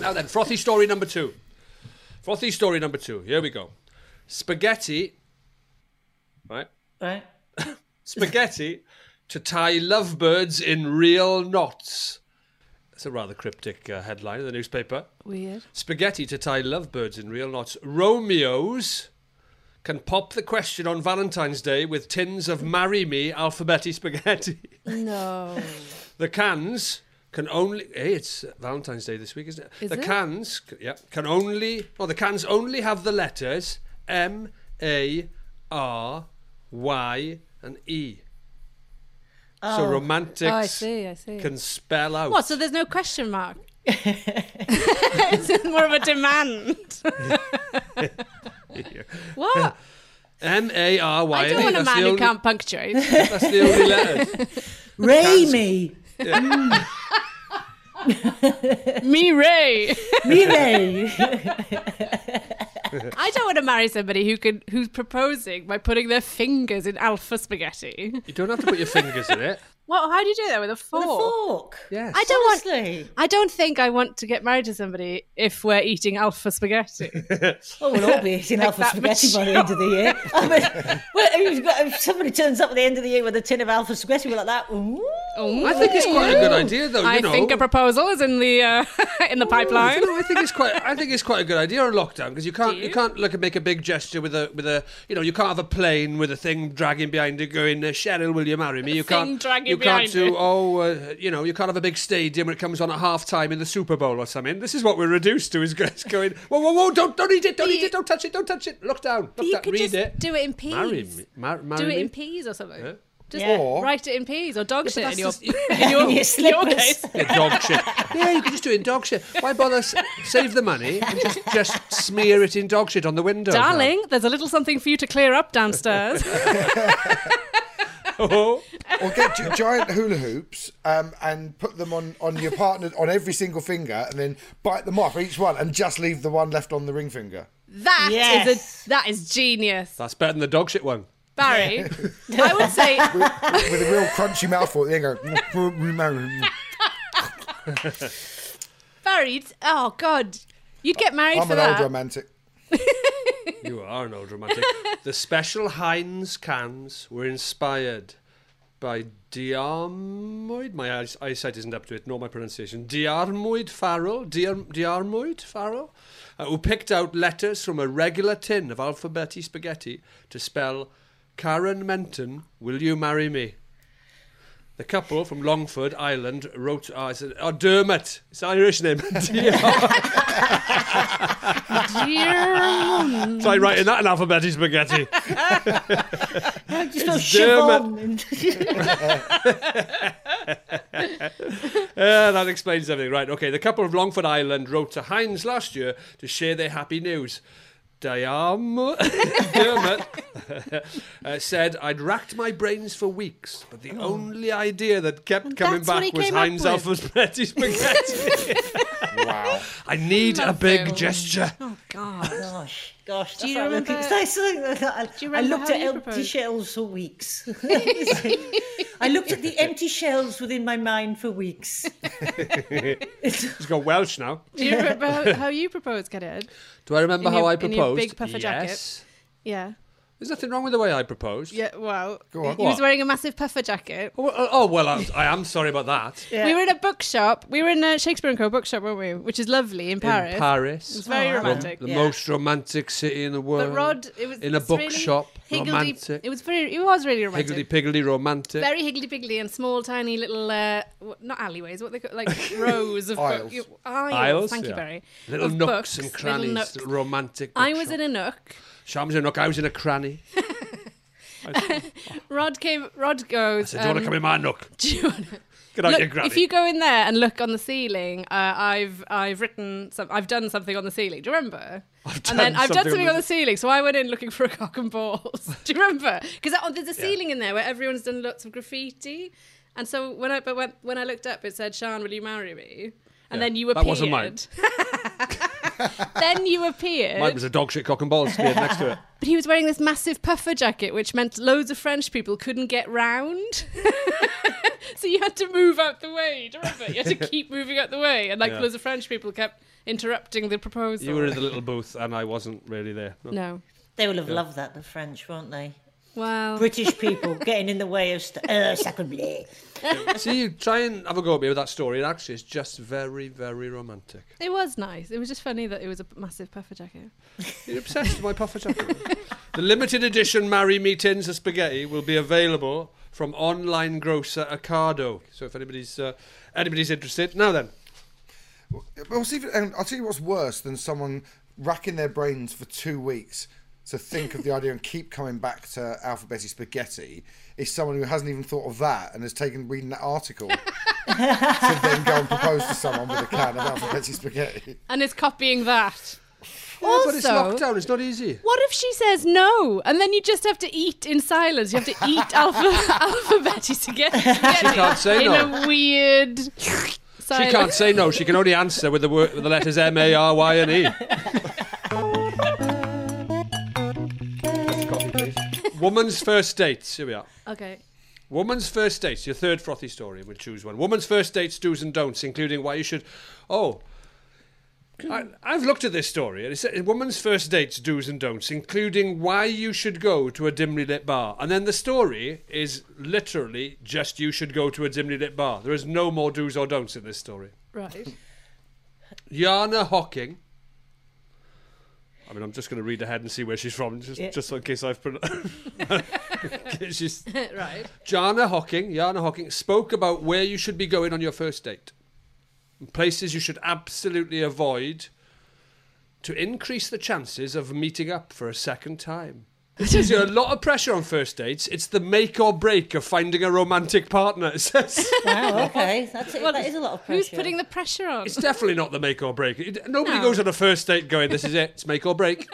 S3: Now then, frothy story number two. Frothy story number two. Here we go. Spaghetti. Right?
S7: Right.
S3: (coughs) Spaghetti to tie lovebirds in real knots. It's a rather cryptic uh, headline in the newspaper.
S6: Weird.
S3: Spaghetti to tie lovebirds in real knots. Romeos can pop the question on Valentine's Day with tins of Marry Me Alphabetti Spaghetti.
S6: No.
S3: (laughs) The cans can only. Hey, it's Valentine's Day this week, isn't it?
S6: Is
S3: the
S6: it?
S3: cans, yeah, can only. No, the cans only have the letters M, A, R, Y, and E. So
S6: Oh.
S3: romantics
S6: Oh, I see, I see.
S3: can spell out.
S6: What? So there's no question (laughs) mark. it's more of a demand. what?
S3: M A R Y.
S6: I don't want a man who can't punctuate.
S3: That's
S6: (laughs)
S3: the only letter.
S6: Ray
S13: me.
S6: Me Ray.
S7: Me Ray.
S6: I don't want to marry somebody who can who's proposing by putting their fingers in alpha spaghetti.
S3: You don't have to put your fingers in it.
S6: Well, how do you do that with a fork?
S7: fork.
S3: Yes.
S6: I don't want. I don't think I want to get married to somebody if we're eating alpha spaghetti.
S7: Oh, we'll all be eating
S6: Like
S7: alpha
S6: that
S7: spaghetti by the
S6: mature.
S7: end of the year. (laughs) I mean, well, if, you've got, if somebody turns up at the end of the year with a tin of alpha spaghetti, we're like that. (laughs) Ooh.
S3: I think it's quite a good idea, though. You
S6: Oh, I
S3: know.
S6: think a proposal is in the uh, (laughs) in the pipeline.
S3: No, I think it's quite. I think it's quite a good idea on lockdown because you can't you? can't like make a big gesture with a with a you know you can't have a plane with a thing dragging behind it going uh, Cheryl will you marry me you
S6: Thing
S3: can't
S6: dragging
S3: you can't
S6: behind
S3: do
S6: it.
S3: oh uh, you know you can't have a big stadium when it comes on at half time in the Super Bowl or something this is what we're reduced to is guys going whoa whoa whoa don't don't eat it don't eat it don't touch it don't touch it lock down lock
S6: But you
S3: down
S6: could
S3: read
S6: just
S3: it
S6: do it in peas.
S3: marry me Mar- marry
S6: do it
S3: me.
S6: in peas or something. Just
S3: Yeah. Or-
S6: write it in peas or dog shit in your,
S3: that's
S6: in your,
S3: your
S6: in your
S3: slippers.
S6: case.
S3: (laughs) Yeah, dog shit. Yeah, you could just do it in dog shit. Why bother? S- save the money and just, just smear it in dog shit on the window. (laughs)
S6: Darling, there's a little something for you to clear up downstairs. (laughs)
S3: Oh.
S9: Or get gi- giant hula hoops um, and put them on, on your partner on every single finger, and then bite them off each one, and just leave the one left on the ring finger.
S6: That is
S9: Yes.
S6: a, that is genius,
S3: That's better than the dog shit one.
S6: Barry. (laughs) I would
S3: (laughs)
S6: say
S9: with a real crunchy mouthful. There you go.
S6: Barry. you'd- Oh God, you'd get married
S9: I'm
S6: for
S9: an
S6: that.
S9: old romantic.
S3: You are an old romantic. the special Heinz cans were inspired by Diarmuid. My eyes- eyesight isn't up to it, nor my pronunciation. Diarmuid Farrell, Diar, Diarmuid Farrell, uh, who picked out letters from a regular tin of alphabetti spaghetti to spell Karen Menton, will you marry me? The couple from Longford, Ireland, wrote, uh, it's, uh, Dermot, it's an Irish name. (laughs)
S6: (laughs) Dear
S3: Try writing that in alphabetti spaghetti.
S7: How do you spell
S3: It's Dermot.
S7: (laughs)
S3: Uh, that explains everything. Right, okay. The couple of Longford Island wrote to Heinz last year to share their happy news. (laughs) Diarm Dermot (laughs) uh, said, I'd racked my brains for weeks, but the only idea that kept coming
S6: that's what he
S3: back was
S6: came up
S3: Heinz
S6: with.
S3: Alpha's Pretty Spaghetti. (laughs) wow. I need a big gesture.
S6: Oh God.
S7: Gosh, gosh.
S6: Do you
S7: that's what I'm
S6: remember-
S7: looking- 'cause I, saw- I-
S6: you
S7: I
S6: remember
S7: looked
S6: how
S7: at
S6: you
S7: empty
S6: proposed?
S7: shells for (laughs) weeks. I looked at the empty shells within my mind for weeks.
S3: He's got Welsh now.
S6: Do you remember how, how you proposed, Kadir?
S3: Do I remember
S6: In
S3: how
S6: your-
S3: I
S6: in
S3: proposed?
S6: your big puffer jacket?
S3: yes.
S6: Yeah.
S3: There's nothing wrong with the way I proposed.
S6: Yeah, well,
S3: Go on.
S6: he was
S3: What?
S6: wearing a massive puffer jacket.
S3: Oh, oh, well, I, I am sorry about that.
S6: We were in a bookshop. We were in a Shakespeare and Co. bookshop, weren't we? Which is lovely in Paris.
S3: In Paris.
S6: It's very
S3: The-
S6: romantic.
S3: The most romantic city in the world.
S6: But Rod, it was
S3: in a
S6: it's really
S3: bookshop.
S6: higgledy-
S3: romantic.
S6: It was very. It was really romantic.
S3: Higgledy piggledy romantic.
S6: Very higgledy piggledy and small, tiny little, uh, w- not alleyways, what they call
S3: (laughs)
S6: like rows of
S3: Aisles.
S6: book- you- aisles.
S3: Aisles,
S6: Thank you,
S3: yeah.
S6: Barry.
S3: Little
S6: of
S3: nooks
S6: books,
S3: and
S6: little
S3: crannies.
S6: nooks.
S3: Romantic.
S6: I was in a nook.
S3: Shams in a nook. I was in a cranny.
S6: Rod came. Rod
S3: I
S6: goes.
S3: said, "Do you want
S6: um,
S3: to come in my nook?"
S6: (laughs) Do you wanna-
S3: Get out
S6: Look,
S3: your granny.
S6: If you go in there and look on the ceiling, uh, I've I've written some, I've done something on the ceiling. Do you remember? I've
S3: done
S6: and then I've done
S3: something on
S6: something on
S3: the-
S6: the ceiling, so I went in looking for a cock and balls. (laughs) Do you remember? Because oh, there's a ceiling in there where everyone's done lots of graffiti, and so when I but when, when I looked up, it said, "Sean, will you marry me?" And
S3: Yeah,
S6: then you appeared.
S3: That wasn't mine.
S6: (laughs)
S3: (laughs)
S6: then you appeared.
S3: Mine was a dog shit cock and balls beard
S6: (laughs)
S3: next to it.
S6: But he was wearing this massive puffer jacket, which meant loads of French people couldn't get round. (laughs) so you had to move out the way. Do you remember? You
S3: (laughs)
S6: had to keep moving out the way, and like
S3: Yeah.
S6: loads of French people kept interrupting the proposal.
S3: You were in the little booth, and I wasn't really there.
S6: No.
S7: They will have
S3: Yeah.
S7: loved that, the French, won't they?
S6: Wow.
S7: British (laughs) people getting in the way of. St- uh, sacre bleu.
S3: See, you try and have a go at me with that story, and actually, it's just very, very romantic.
S6: It was nice. It was just funny that it was a massive puffer jacket.
S3: You're obsessed with my puffer jacket. The limited edition Marry Me tins of spaghetti will be available from online grocer Ocado. So if anybody's uh, anybody's interested, now then.
S9: Well, see, if- and I'll tell you what's worse than someone racking their brains for two weeks to think of the idea and keep coming back to alphabetic spaghetti is someone who hasn't even thought of that and has taken reading that article (laughs) to then go and propose to someone with a can of alphabetic spaghetti.
S6: And is copying
S3: (laughs)
S6: that.
S3: but it's
S6: Also-
S3: lockdown. It's not easy.
S6: What if she says no, and then you just have to eat in silence? You have to
S3: (laughs)
S6: eat alpha alphabetic spaghetti. She
S3: can't say
S6: in
S3: no.
S6: a weird.
S3: She can't say no. She can only answer with the word, with the letters M A R Y and (laughs) E. Woman's first dates. Here we are.
S6: Okay.
S3: Woman's first dates. Your third frothy story. We'll choose one. Woman's first dates, do's and don'ts, including why you should. Oh, I, I've looked at this story, and it says woman's first dates, do's and don'ts, including why you should go to a dimly lit bar. And then the story is literally just you should go to a dimly lit bar. There is no more do's or don'ts in this story.
S6: Right.
S3: (laughs) Yana Hocking. I mean, I'm just going to read ahead and see where she's from, just,
S6: Yeah.
S3: just in case I've pronounced. (laughs)
S6: (laughs)
S3: she's
S6: right.
S3: Jana Hocking, Jana Hocking spoke about where you should be going on your first date, places you should absolutely avoid to increase the chances of meeting up for a second time. There's a lot of pressure on first dates. It's the make or break of finding a romantic partner. It says.
S7: Wow, okay. That's it. that is a lot of pressure.
S6: Who's putting the pressure on?
S3: It's definitely not the make or break. It- Nobody
S7: No.
S3: goes on a first date going, "This is it. It's make or break."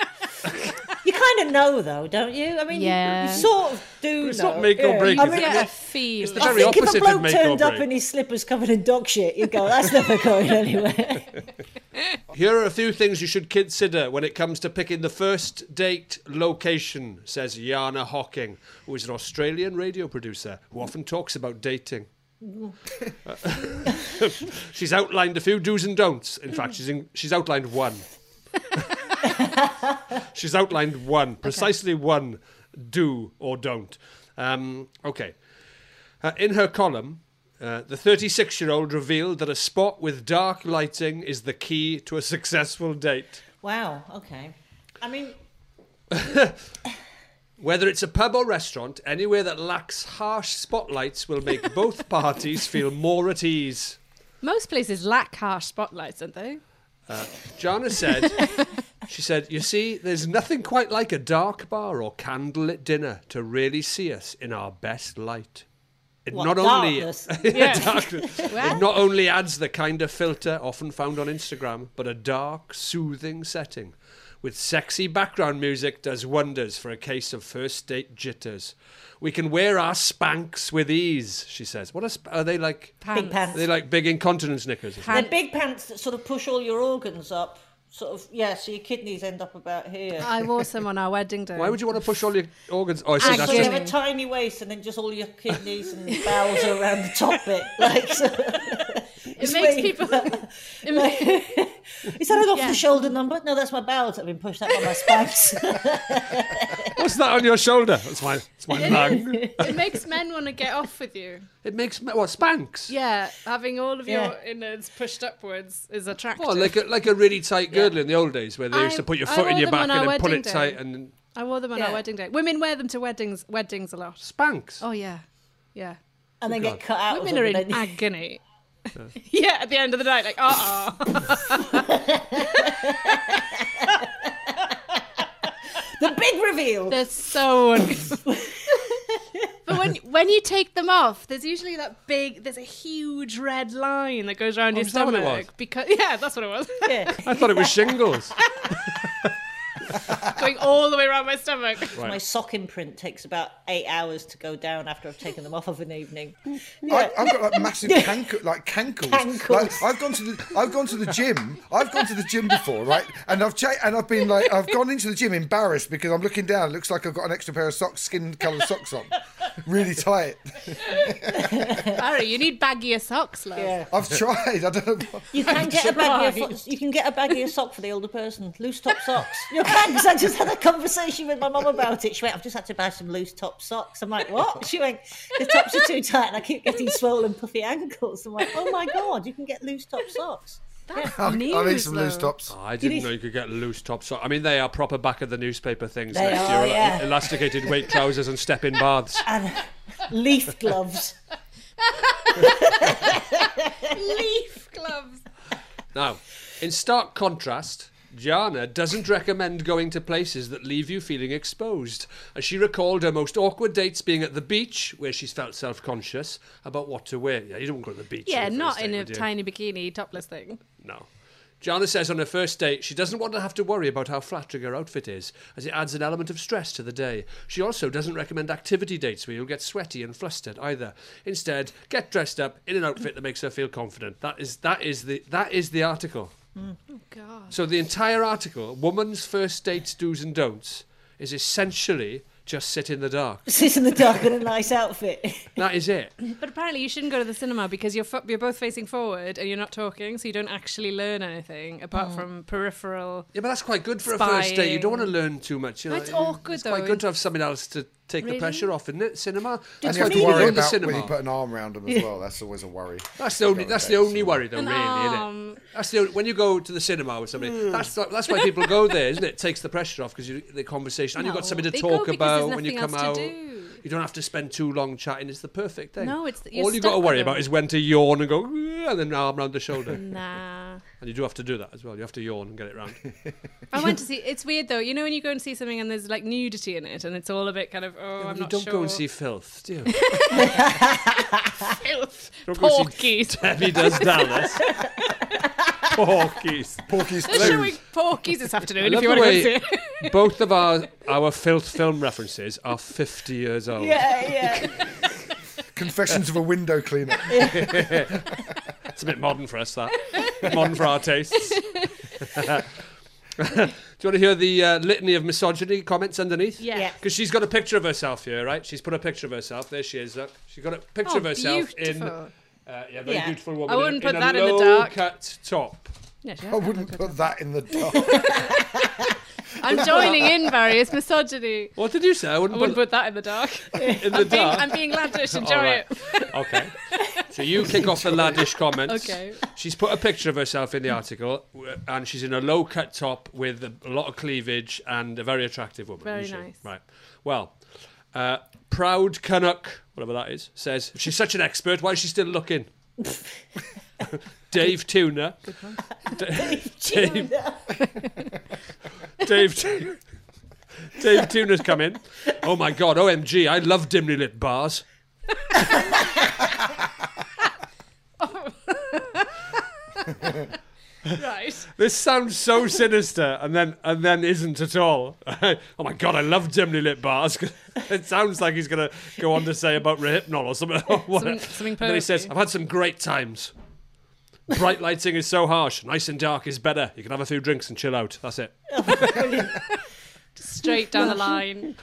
S7: You kind of know, though, don't you? I mean, you-
S3: Yeah.
S7: you sort of do.
S3: It's not
S7: know.
S3: make or
S7: Yeah.
S3: break,
S7: I
S3: is
S7: mean,
S3: it?
S7: yeah.
S6: feel.
S3: It's the
S7: I
S3: very
S7: think if a
S3: opposite of
S7: bloke
S3: make or
S7: turned up
S3: break.
S7: in his slippers covered in dog shit, you'd go, that's never going anywhere.
S3: Here are a few things you should consider when it comes to picking the first date location, says Jana Hocking, who is an Australian radio producer who often talks about dating. (laughs) she's outlined a few do's and don'ts. In fact, she's, in, she's outlined one. she's outlined one, precisely one do or don't. Um, okay. Uh, in her column, uh, the 36 year old revealed that a spot with dark lighting is the key to a successful date.
S7: wow, okay. I mean,
S3: Whether it's a pub or restaurant, anywhere that lacks harsh spotlights will
S7: (laughs)
S3: make both parties feel more at ease.
S6: Most places lack harsh spotlights, don't they?
S3: Uh, Jana
S7: (laughs)
S3: said, she said, you see, there's nothing quite like a dark bar or candlelit dinner to really see us in our best light. It
S7: What,
S3: not only (laughs)
S7: darkness?
S6: (laughs)
S3: Yeah,
S7: Yeah.
S3: darkness.
S7: Well.
S3: it not only adds the kind of filter often found on Instagram, but a dark, soothing setting with sexy background music does wonders for a case of first date jitters. We can wear our spanks with ease, she says. What are, sp- are they like?
S7: Pants. Big pants.
S3: Are they like big incontinence knickers? or something?
S7: they're big pants that sort of push all your organs up. Sort of, yeah, so your kidneys end up about here.
S6: I wore some on our wedding day.
S3: Why would you want to push all your organs? Oh, I see, that's
S7: Actually, you
S3: just,
S7: have a tiny (laughs) waist and then just all your kidneys and bowels are around the top bit. Like, so
S6: It makes people. (laughs) It
S3: (laughs)
S6: ma-
S7: Is that an off
S6: Yeah.
S7: the shoulder number? No, that's my bowels that have been pushed out by my spouse.
S3: What's that on your shoulder? That's my, that's my
S6: (laughs)
S3: lung.
S6: it makes men want to get off with you.
S3: It makes me- what spanks.
S6: Yeah, having all of your
S7: Yeah.
S6: innards pushed upwards is attractive.
S3: Well, Oh, like a, like a really tight girdle in the old days where they used
S6: I-
S3: to put your
S6: I
S3: foot in
S6: wore them
S3: your back
S6: on
S3: and
S6: our
S3: then pull
S6: wedding
S3: it
S6: day.
S3: tight and
S6: I wore them on our
S7: Yeah.
S6: wedding day. Women wear them to weddings weddings a lot.
S3: Spanks.
S6: Oh yeah, yeah.
S7: and then get cut out. of
S6: Women
S7: them
S6: are
S7: and
S6: in
S7: then-
S6: agony. (laughs) yeah, at the end of the night, like, uh oh.
S7: the big reveal.
S6: They're so
S3: (laughs)
S6: uncomfortable. but when when you take them off, there's usually that big, there's a huge red line that goes around
S3: Oh,
S6: your
S3: is that what
S6: stomach
S3: it was?
S6: because (laughs) yeah, that's what it
S3: (laughs)
S6: was.
S3: I thought it
S6: (laughs)
S3: was shingles.
S6: going all the way around my stomach.
S7: My sock imprint takes about eight hours to go down after I've taken them off of an evening.
S9: I, I've got like massive cankle, like cankles.
S7: Cankles.
S9: Like, I've gone to the I've gone to the gym. I've gone to the gym before, right? And I've cha- and I've been like I've gone into the gym embarrassed because I'm looking down. It looks like I've got an extra pair of socks, skin coloured socks on, really tight.
S6: Barry, you need baggier socks, love.
S7: Yeah.
S9: I've tried. I don't know. what-
S7: You can get a baggy of, you can get a baggy of sock for the older person. Loose top (laughs) socks. Your bags. I just had a conversation with my mum about it. She went, "I've just had to buy some loose top socks." I'm like, "What?" She went, "The tops are too tight, and I keep getting swollen, puffy ankles." I'm like, "Oh my god, you can get loose top socks."
S9: I need some loose tops.
S3: I didn't know you could get loose top socks. I mean, they are proper back of the newspaper things
S7: They
S3: next
S7: are,
S3: year.
S7: yeah.
S3: Elasticated weight trousers and step in
S6: (laughs)
S3: baths.
S7: And (laughs) leaf gloves.
S6: Leaf gloves.
S3: Now, in stark contrast, Jana doesn't recommend going to places that leave you feeling exposed, as she recalled her most awkward dates being at the beach, where she's felt self conscious about what to wear. Yeah, you don't go to the beach. on
S6: Yeah,
S3: your
S6: not
S3: first
S6: in
S3: date,
S6: a
S3: would you?
S6: tiny bikini topless thing.
S3: No. Jana says on her first date she doesn't want to have to worry about how flattering her outfit is, as it adds an element of stress to the day. She also doesn't recommend activity dates where you'll get sweaty and flustered either. Instead, get dressed up in an outfit that makes her feel confident. That is that is the that is the article.
S6: Oh God.
S3: So the entire article, woman's first dates do's and don'ts, is essentially just sit in the dark.
S7: Sit in the dark in a nice outfit.
S3: That is it.
S6: But apparently, you shouldn't go to the cinema because you're fo- you're both facing forward and you're not talking, so you don't actually learn anything apart from peripheral.
S3: Yeah, but that's quite good for a first date. You don't want to learn too much. You know,
S6: That's awkward,
S3: It's quite
S6: though.
S3: good to have something else to take
S6: Really?
S3: the pressure off, isn't it? Cinema.
S9: And
S3: That's
S9: you
S3: why
S9: have to
S3: people go
S9: worry
S3: to the
S9: about when you
S3: cinema.
S9: put an arm around them as well. That's always a worry.
S3: That's the only.
S9: Going
S3: That's
S9: to
S3: the
S9: dates.
S3: only worry, though, really, isn't
S6: arm.
S3: it? That's the only, when you go to the cinema with somebody.
S6: Hmm.
S3: That's the, that's why people go there, isn't it? Takes the pressure off because the conversation and you've got
S6: No,
S3: something to
S6: they go
S3: talk
S6: because
S3: about
S6: there's
S3: when you
S6: nothing
S3: come
S6: else
S3: out.
S6: to do.
S3: You don't have to spend too long chatting. It's the perfect thing.
S6: No, it's that you're
S3: all you got
S6: stuck
S3: to worry
S6: with
S3: about
S6: them.
S3: is when to yawn and go, "Ugh," and then arm round the shoulder. and
S6: Nah.
S3: you do have to do that as well. You have to yawn and get it round.
S6: I
S3: (laughs)
S6: went to see. It's weird though. You know when you go and see something and there's like nudity in it, and it's all a bit kind of oh, (laughs) I'm
S3: you
S6: not
S3: don't
S6: sure.
S3: go
S6: (laughs)
S3: and see filth, do you?
S6: filth,
S3: (laughs) Don't go see
S6: porky.
S3: (laughs) Debbie
S6: (laughs)
S3: does Dallas. Porkies.
S9: Porky's
S6: They're (laughs) showing porkies this afternoon.
S3: love
S6: If you
S3: the
S6: want to go and see
S3: way-
S6: it.
S3: Both of our our filth film references are 50 years old.
S7: Yeah, (laughs) yeah.
S9: Confessions of a window cleaner.
S3: It's a bit modern for us, that. modern for
S6: (laughs)
S3: our tastes. Do you want to hear the uh, litany of misogyny comments underneath?
S6: Yeah. Yeah.
S3: Because she's got a picture of herself here, right? She's put a picture of herself. There she is, look. She's got a picture
S6: Oh,
S3: of herself in. (laughs)
S6: beautiful.
S3: Uh, yeah, very
S7: Yeah.
S3: beautiful woman.
S6: I wouldn't
S3: in,
S6: put
S3: in
S6: that
S3: a
S6: in the
S3: low
S6: dark.
S3: cut top.
S6: Yeah, she
S3: Oh,
S9: I
S6: has.
S9: wouldn't put that in the dark.
S6: I'm joining in, Barry. It's misogyny.
S3: What did you say? I
S6: I
S3: wouldn't,
S6: wouldn't put that in the dark.
S3: (laughs) in the
S6: I'm (laughs)
S3: dark.
S6: being, I'm being laddish. Enjoy
S3: (laughs) All right.
S6: it.
S3: (laughs) Okay. So you kick off the laddish comments.
S6: Okay.
S3: She's put a picture of herself in the article, w- and she's in a low cut top with a lot of cleavage and a very attractive woman.
S6: Very
S3: isn't she?
S6: nice.
S3: Right. Well, uh, proud Canuck, whatever that is, says she's such an expert. Why is she
S6: (laughs)
S3: still looking? Dave Tuner. Dave. Dave. Tu- Dave Tuner's come in. Oh my God! OMG! I love dimly lit bars.
S6: Right.
S3: This sounds so sinister, and then and then isn't at all. (laughs) oh my god, I love dimly lit bars. (laughs) it sounds like he's gonna go on to say about rehypnol or something. (laughs) or whatever.
S6: something
S3: and then he says,
S6: pervy.
S3: "I've had some great times. Bright lighting is so harsh. Nice and dark is better. You can have a few drinks and chill out. That's it."
S6: Straight down the line.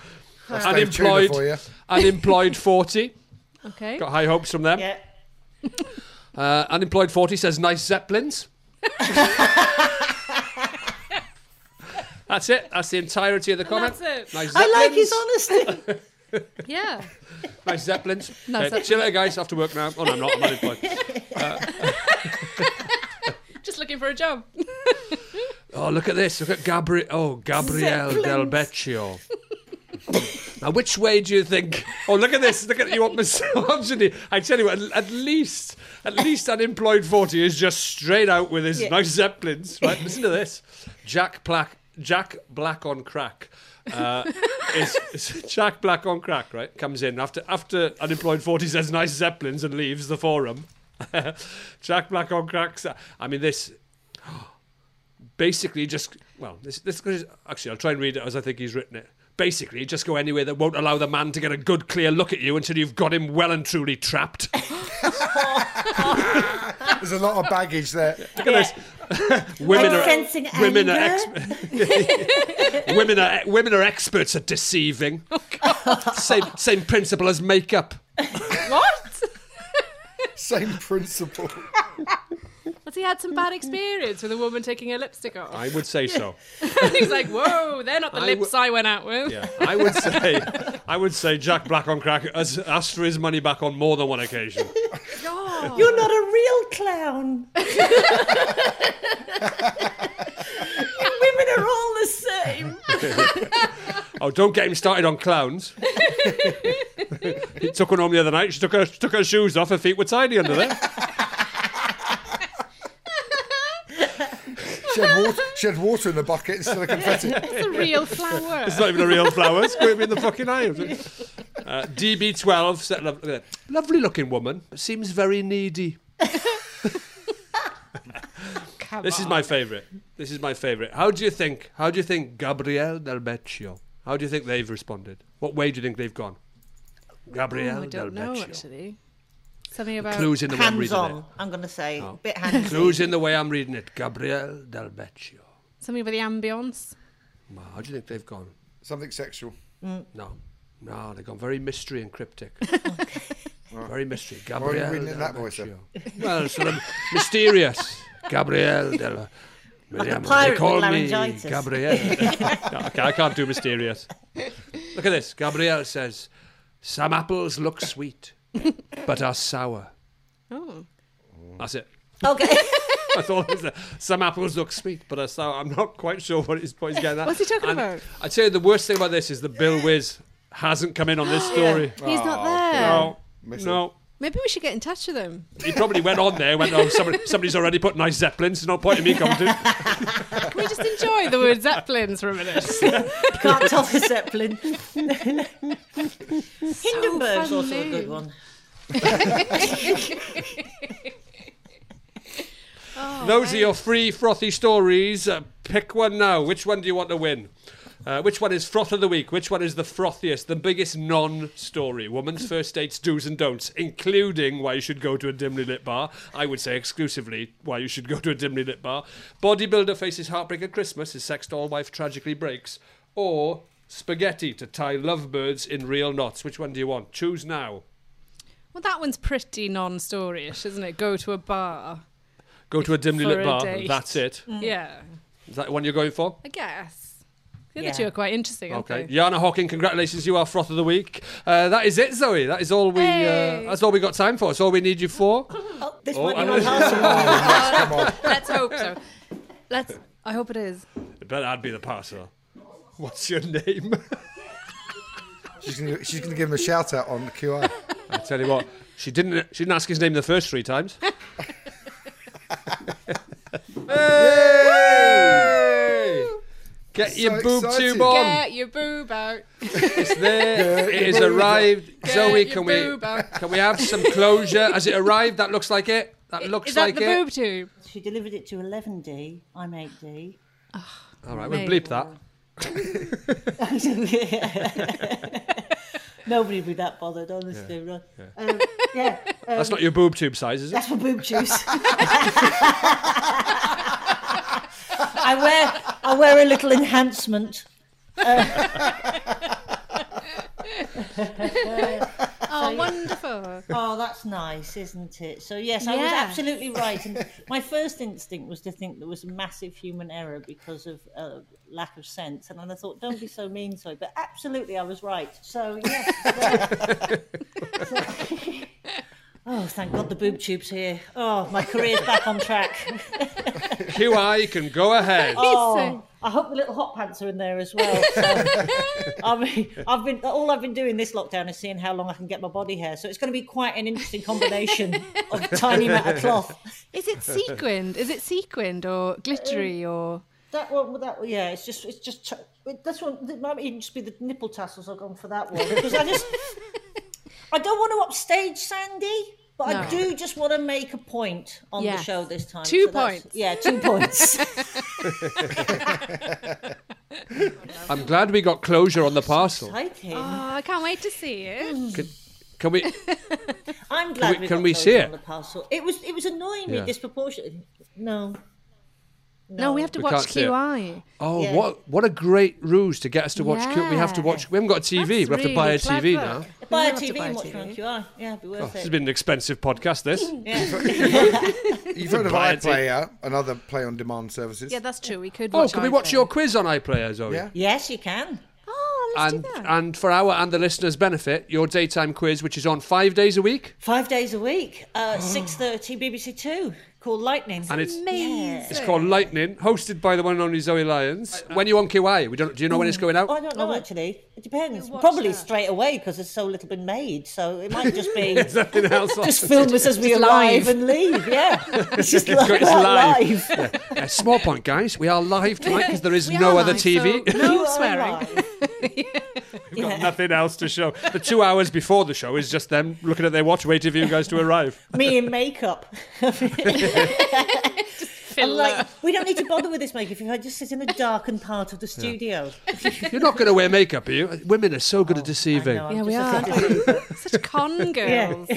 S9: Dave Tudor
S3: (laughs) (laughs) unemployed,
S9: for you.
S3: unemployed forty.
S6: Okay.
S3: Got high hopes from them.
S7: yeah.
S3: Uh, Unemployed 40 says nice
S7: (laughs)
S3: Zeppelins. That's it. That's the entirety of the comment.
S6: that's it.
S3: Nice
S7: I like
S3: Zeppelins.
S7: his honesty.
S6: yeah.
S3: Nice Zeppelins.
S6: No,
S3: uh,
S6: Zeppelin.
S3: chill out, guys. Off to work now. Oh, no, I'm not. I'm unemployed. Uh,
S6: Just looking for a job. (laughs)
S3: oh, look at this. Look at Gabriel. Oh, Gabriel Del
S6: Zeppelins.
S3: Beccio. now, which way do you think? Oh, look at this. Look at you want misogyny. I tell you what, at- at least, at least unemployed 40 is just straight out with his
S10: Yeah.
S3: nice Zeppelins. Right, listen to this. Jack Black, Jack Black on crack. Uh, is, is Jack Black on crack, right? Comes in after after unemployed 40 says nice Zeppelins and leaves the forum. (laughs) Jack Black on crack. sa- I mean, this basically just well this this goes- actually I'll try and read it as I think he's written it. Basically, just go anywhere that won't allow the man to get a good clear look at you until you've got him well and truly trapped.
S9: There's a lot of baggage there.
S3: Look at this. (laughs) women
S9: I'm
S3: are
S9: sensing
S3: women are
S9: anger.
S3: ex- (laughs) women are women are experts at deceiving. same same principle as makeup.
S6: what?
S9: Same principle.
S6: Has he had some bad experience with a woman taking her lipstick off?
S3: I would say so.
S6: (laughs) He's like, whoa, they're not the
S3: I
S6: lips I went out with.
S3: (laughs) Yeah, I would say I would say Jack Black on crack has asked for his money back on more than one occasion.
S7: You're not a real clown. you women are all the same.
S3: oh, don't get him started
S6: (laughs)
S3: on clowns. he took one home the other night. She took her she took her shoes off. Her feet were tidy under there.
S9: She had, water, she had water in the bucket instead of confetti.
S6: It's
S3: (laughs)
S6: a real flower.
S3: It's not even a real flower. It's going in the fucking eye. Uh, DB12, said- lo- look at that. uh, lovely looking woman. but Seems very needy.
S6: Oh,
S3: this is my favourite. This is my favourite. How do you think? How do you think Gabrielle Del Beccio? How do you think they've responded? What way do you think they've gone? Gabrielle
S6: Oh, I
S3: Del
S6: don't know,
S3: Beccio.
S6: actually. Something about.
S3: clues in the way I'm
S7: hands
S3: reading
S7: on.
S3: it.
S7: I'm going to say
S3: Oh.
S7: bit hands.
S3: Clues in the way I'm reading it. Gabrielle Del Beccio.
S6: Something about the ambience.
S3: Wow, How do you think they've gone?
S9: Something sexual.
S3: No. No, they've gone very mystery and cryptic. very mystery.
S9: Why are you
S3: Gabrielle.
S9: reading it in that
S3: Del
S9: voice, then?
S3: Beccio. Well, sort of mysterious. Gabrielle Del.
S7: Like a
S3: They
S7: pirate with
S3: call me
S7: laryngitis.
S9: (laughs)
S3: Gabrielle. No, okay, I can't do mysterious. Look at this. Gabrielle says, Some apples look sweet, but are sour.
S6: Oh.
S3: That's it. (laughs)
S7: Okay.
S3: That's all it is. Some apples look sweet, but are sour. I'm not quite sure what he's, what he's getting at.
S6: What's he talking
S3: And
S6: about?
S3: I tell you, the worst thing about this is the Bill Wiz hasn't come in on this story.
S6: (gasps) Yeah. He's not Oh, there.
S3: No,
S6: Miss
S3: no.
S6: Maybe we should get in touch with him.
S3: He probably went on there. Went, oh, somebody, somebody's already put nice zeppelins. There's no point in me coming to.
S6: Can we just enjoy the word zeppelins for a minute? (laughs)
S7: Can't tell the
S3: (laughs)
S7: Zeppelin. (laughs) Hindenburg's also a
S6: funny.
S7: good one.
S3: Those are your free frothy stories. Uh, pick one now. Which one do you want to win? Uh, which one is froth of the week? Which one is the frothiest, the biggest non-story? Woman's first dates, do's and don'ts, including why you should go to a dimly lit bar. I would say exclusively why you should go to a dimly lit bar. Bodybuilder faces heartbreak at Christmas. His sex doll wife tragically breaks. Or spaghetti to tie lovebirds in real knots. Which one do you want? Choose now.
S6: well, that one's pretty non storyish, isn't it? Go to a bar.
S3: Go to a dimly
S6: for
S3: lit
S6: a
S3: bar.
S6: date. Mm.
S3: That's it.
S6: Yeah,
S3: Is that the one you're going for?
S6: I guess. The other
S3: Yeah.
S6: two are quite interesting, aren't
S3: Okay,
S6: they?
S3: Jana Hawking, congratulations! You are froth of the week. Uh, that is it, Zoe. That is all we.
S6: Hey.
S3: Uh, that's all we got time for. That's all we need you for.
S7: Oh, this
S3: Oh,
S7: might be
S3: and-
S7: my
S3: (laughs)
S7: last one.
S6: Let's hope so. Let's. I hope (laughs) it is.
S3: Bet I'd be the passer. What's your name?
S9: She's going she's gonna give him a shout out on the QR.
S3: (laughs) I tell you what, she didn't. She didn't ask his name the first
S6: (laughs)
S3: three times. (laughs) Hey! Get
S9: So
S3: your boob
S9: excited.
S3: tube on.
S6: Get your boob out.
S3: It's
S6: (laughs)
S3: there.
S9: Yeah,
S3: it has
S9: yeah, yeah.
S3: arrived.
S6: Get
S3: Zoe,
S6: your
S3: can
S6: boob
S3: we
S6: out.
S3: can we have some closure? Has it arrived? That looks like it. That (laughs) looks
S6: is that
S3: like
S6: the
S3: it.
S6: boob tube?
S7: She delivered it to 11D. I'm
S3: (laughs)
S7: 8D.
S3: All right, we'll
S7: Mate.
S3: bleep that.
S7: (laughs) Nobody would be that bothered, honestly. Yeah.
S3: yeah.
S7: Um, yeah um,
S3: That's not your boob tube size,
S7: (laughs)
S3: is it?
S7: That's for boob juice. I wear I wear a little enhancement. Um,
S6: Oh,
S3: (laughs)
S6: wonderful.
S7: Oh, that's nice, isn't it? So, yes, I was
S6: Yeah.
S7: absolutely right. (laughs) And my first instinct was to think there was a massive human error because of uh, lack of sense. And then I thought, don't be so mean, Soy. But absolutely, I was right. So, yes. (laughs) so- oh, thank God the boob tube's here. Oh, my career's back on track.
S3: QI can go ahead.
S7: Oh, I hope the little hot pants are in there as well. I mean, I've been all I've been doing this lockdown is seeing how long I can get my body hair. So it's going to be quite an interesting combination of tiny amount of cloth.
S6: Is it sequined? Is it sequined or glittery or?
S7: That one, that one, yeah, it's just, it's just. ch- It, this one it might even just be the nipple tassels I've gone for that one because I just, I don't want to upstage Sandy, but I
S6: No.
S7: do just want to make a point on the
S6: Yes.
S7: show this time.
S6: Two
S7: that's-
S6: points.
S7: yeah, two
S6: (laughs)
S7: points.
S3: I'm glad we got closure on the parcel.
S7: Exciting.
S6: Oh, I can't wait to see it.
S3: Can, can we?
S7: I'm glad
S3: we-
S7: we,
S3: can
S7: got
S3: we
S7: those
S3: see it?
S7: on the parcel. It was it was annoyingly
S3: Yeah.
S7: disproportionate. No.
S6: No, we have to
S3: We
S6: watch
S3: can't see it.
S6: QI.
S3: Oh,
S7: Yeah.
S3: what what a great ruse to get us to watch. Q- we have to
S6: Yeah.
S3: watch. We haven't got a TV. we have to buy a TV now.
S7: Buy
S6: We
S7: a
S6: have to
S7: TV
S6: buy
S7: and
S6: a
S7: watch it on QR. Yeah, it'd be worth
S3: Oh, this has
S7: it.
S3: been an expensive podcast. This. (laughs)
S9: You've heard of
S3: Buy it.
S9: iPlayer, another play on demand services.
S6: Yeah, that's true. We could.
S3: Oh,
S6: watch
S3: can we
S6: iPlayer.
S3: watch your quiz on iPlayer, Zoe?
S9: Yeah.
S7: Yes, you can.
S3: and and for our and the listeners' benefit, your daytime quiz, which is on five days a week,
S7: Five days a week,
S3: (gasps)
S7: uh, six thirty, BBC Two, called Lightning.
S3: and it's
S7: Yeah.
S3: it's called Lightning, hosted by the one and only Zoe Lyons. when are you on QI? We don't. Do you know when it's going out?
S7: (laughs) Oh,
S3: (laughs)
S7: I don't know actually. It depends. Probably straight away because there's so little been made. So it might just
S3: (laughs)
S7: be
S3: There's nothing else.
S7: just
S3: on.
S7: film us as we
S6: Just live.
S7: arrive and leave.
S3: (laughs)
S7: Yeah, it's just
S3: It's
S7: like
S3: got- it's
S7: that
S3: live. Yeah. (laughs) Yeah, Uh, Small point, guys. We are live tonight because there is
S6: We
S3: no
S6: are
S3: other
S6: live,
S3: TV. (laughs)
S6: so
S7: You
S6: No
S7: are
S6: swearing.
S7: live.
S3: We've got nothing else to show. The two hours before the show is just them looking at their watch, waiting for you guys to arrive.
S7: Me in
S6: (laughs)
S7: makeup. I'm like, we don't need to bother with this makeup if I just sit in the darkened part of the studio.
S3: You're not going to wear makeup, are you? Women are so
S6: Oh,
S3: good at deceiving.
S7: know,
S6: Yeah, we are.
S7: Just-
S6: aren't we? Such (laughs) con girls.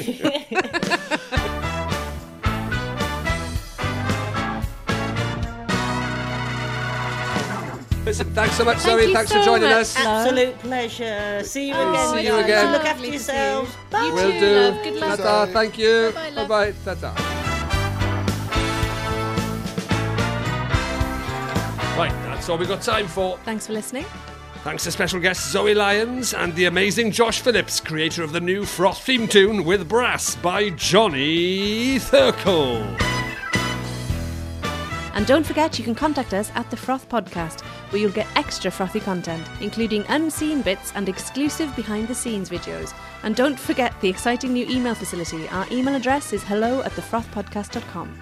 S3: Listen, thanks so much,
S6: Thank
S3: Zoe.
S6: you
S3: Thanks
S6: so
S3: for joining
S6: much,
S3: us.
S6: love.
S7: Absolute pleasure. See you
S3: Oh,
S7: again.
S3: see
S7: when
S3: you
S7: you're-
S3: again.
S7: Look after
S6: Lovely to see
S7: yourselves.
S6: you.
S7: Bye.
S6: You
S3: Will
S6: too,
S3: do.
S6: love. Good luck.
S3: Ta-ta, Thank you.
S6: Bye-bye, love.
S3: Bye bye. Ta-ta. Right, that's all we've got time for.
S6: Thanks for listening.
S3: Thanks to special guests Zoe Lyons and the amazing Josh Phillips, creator of the new Froth theme tune with brass by Johnny Thurkle.
S6: And don't forget, you can contact us at the Froth Podcast, where you'll get extra frothy content, including unseen bits and exclusive behind the scenes videos. And don't forget the exciting new email facility. Our email address is hello at thefrothpodcast.com.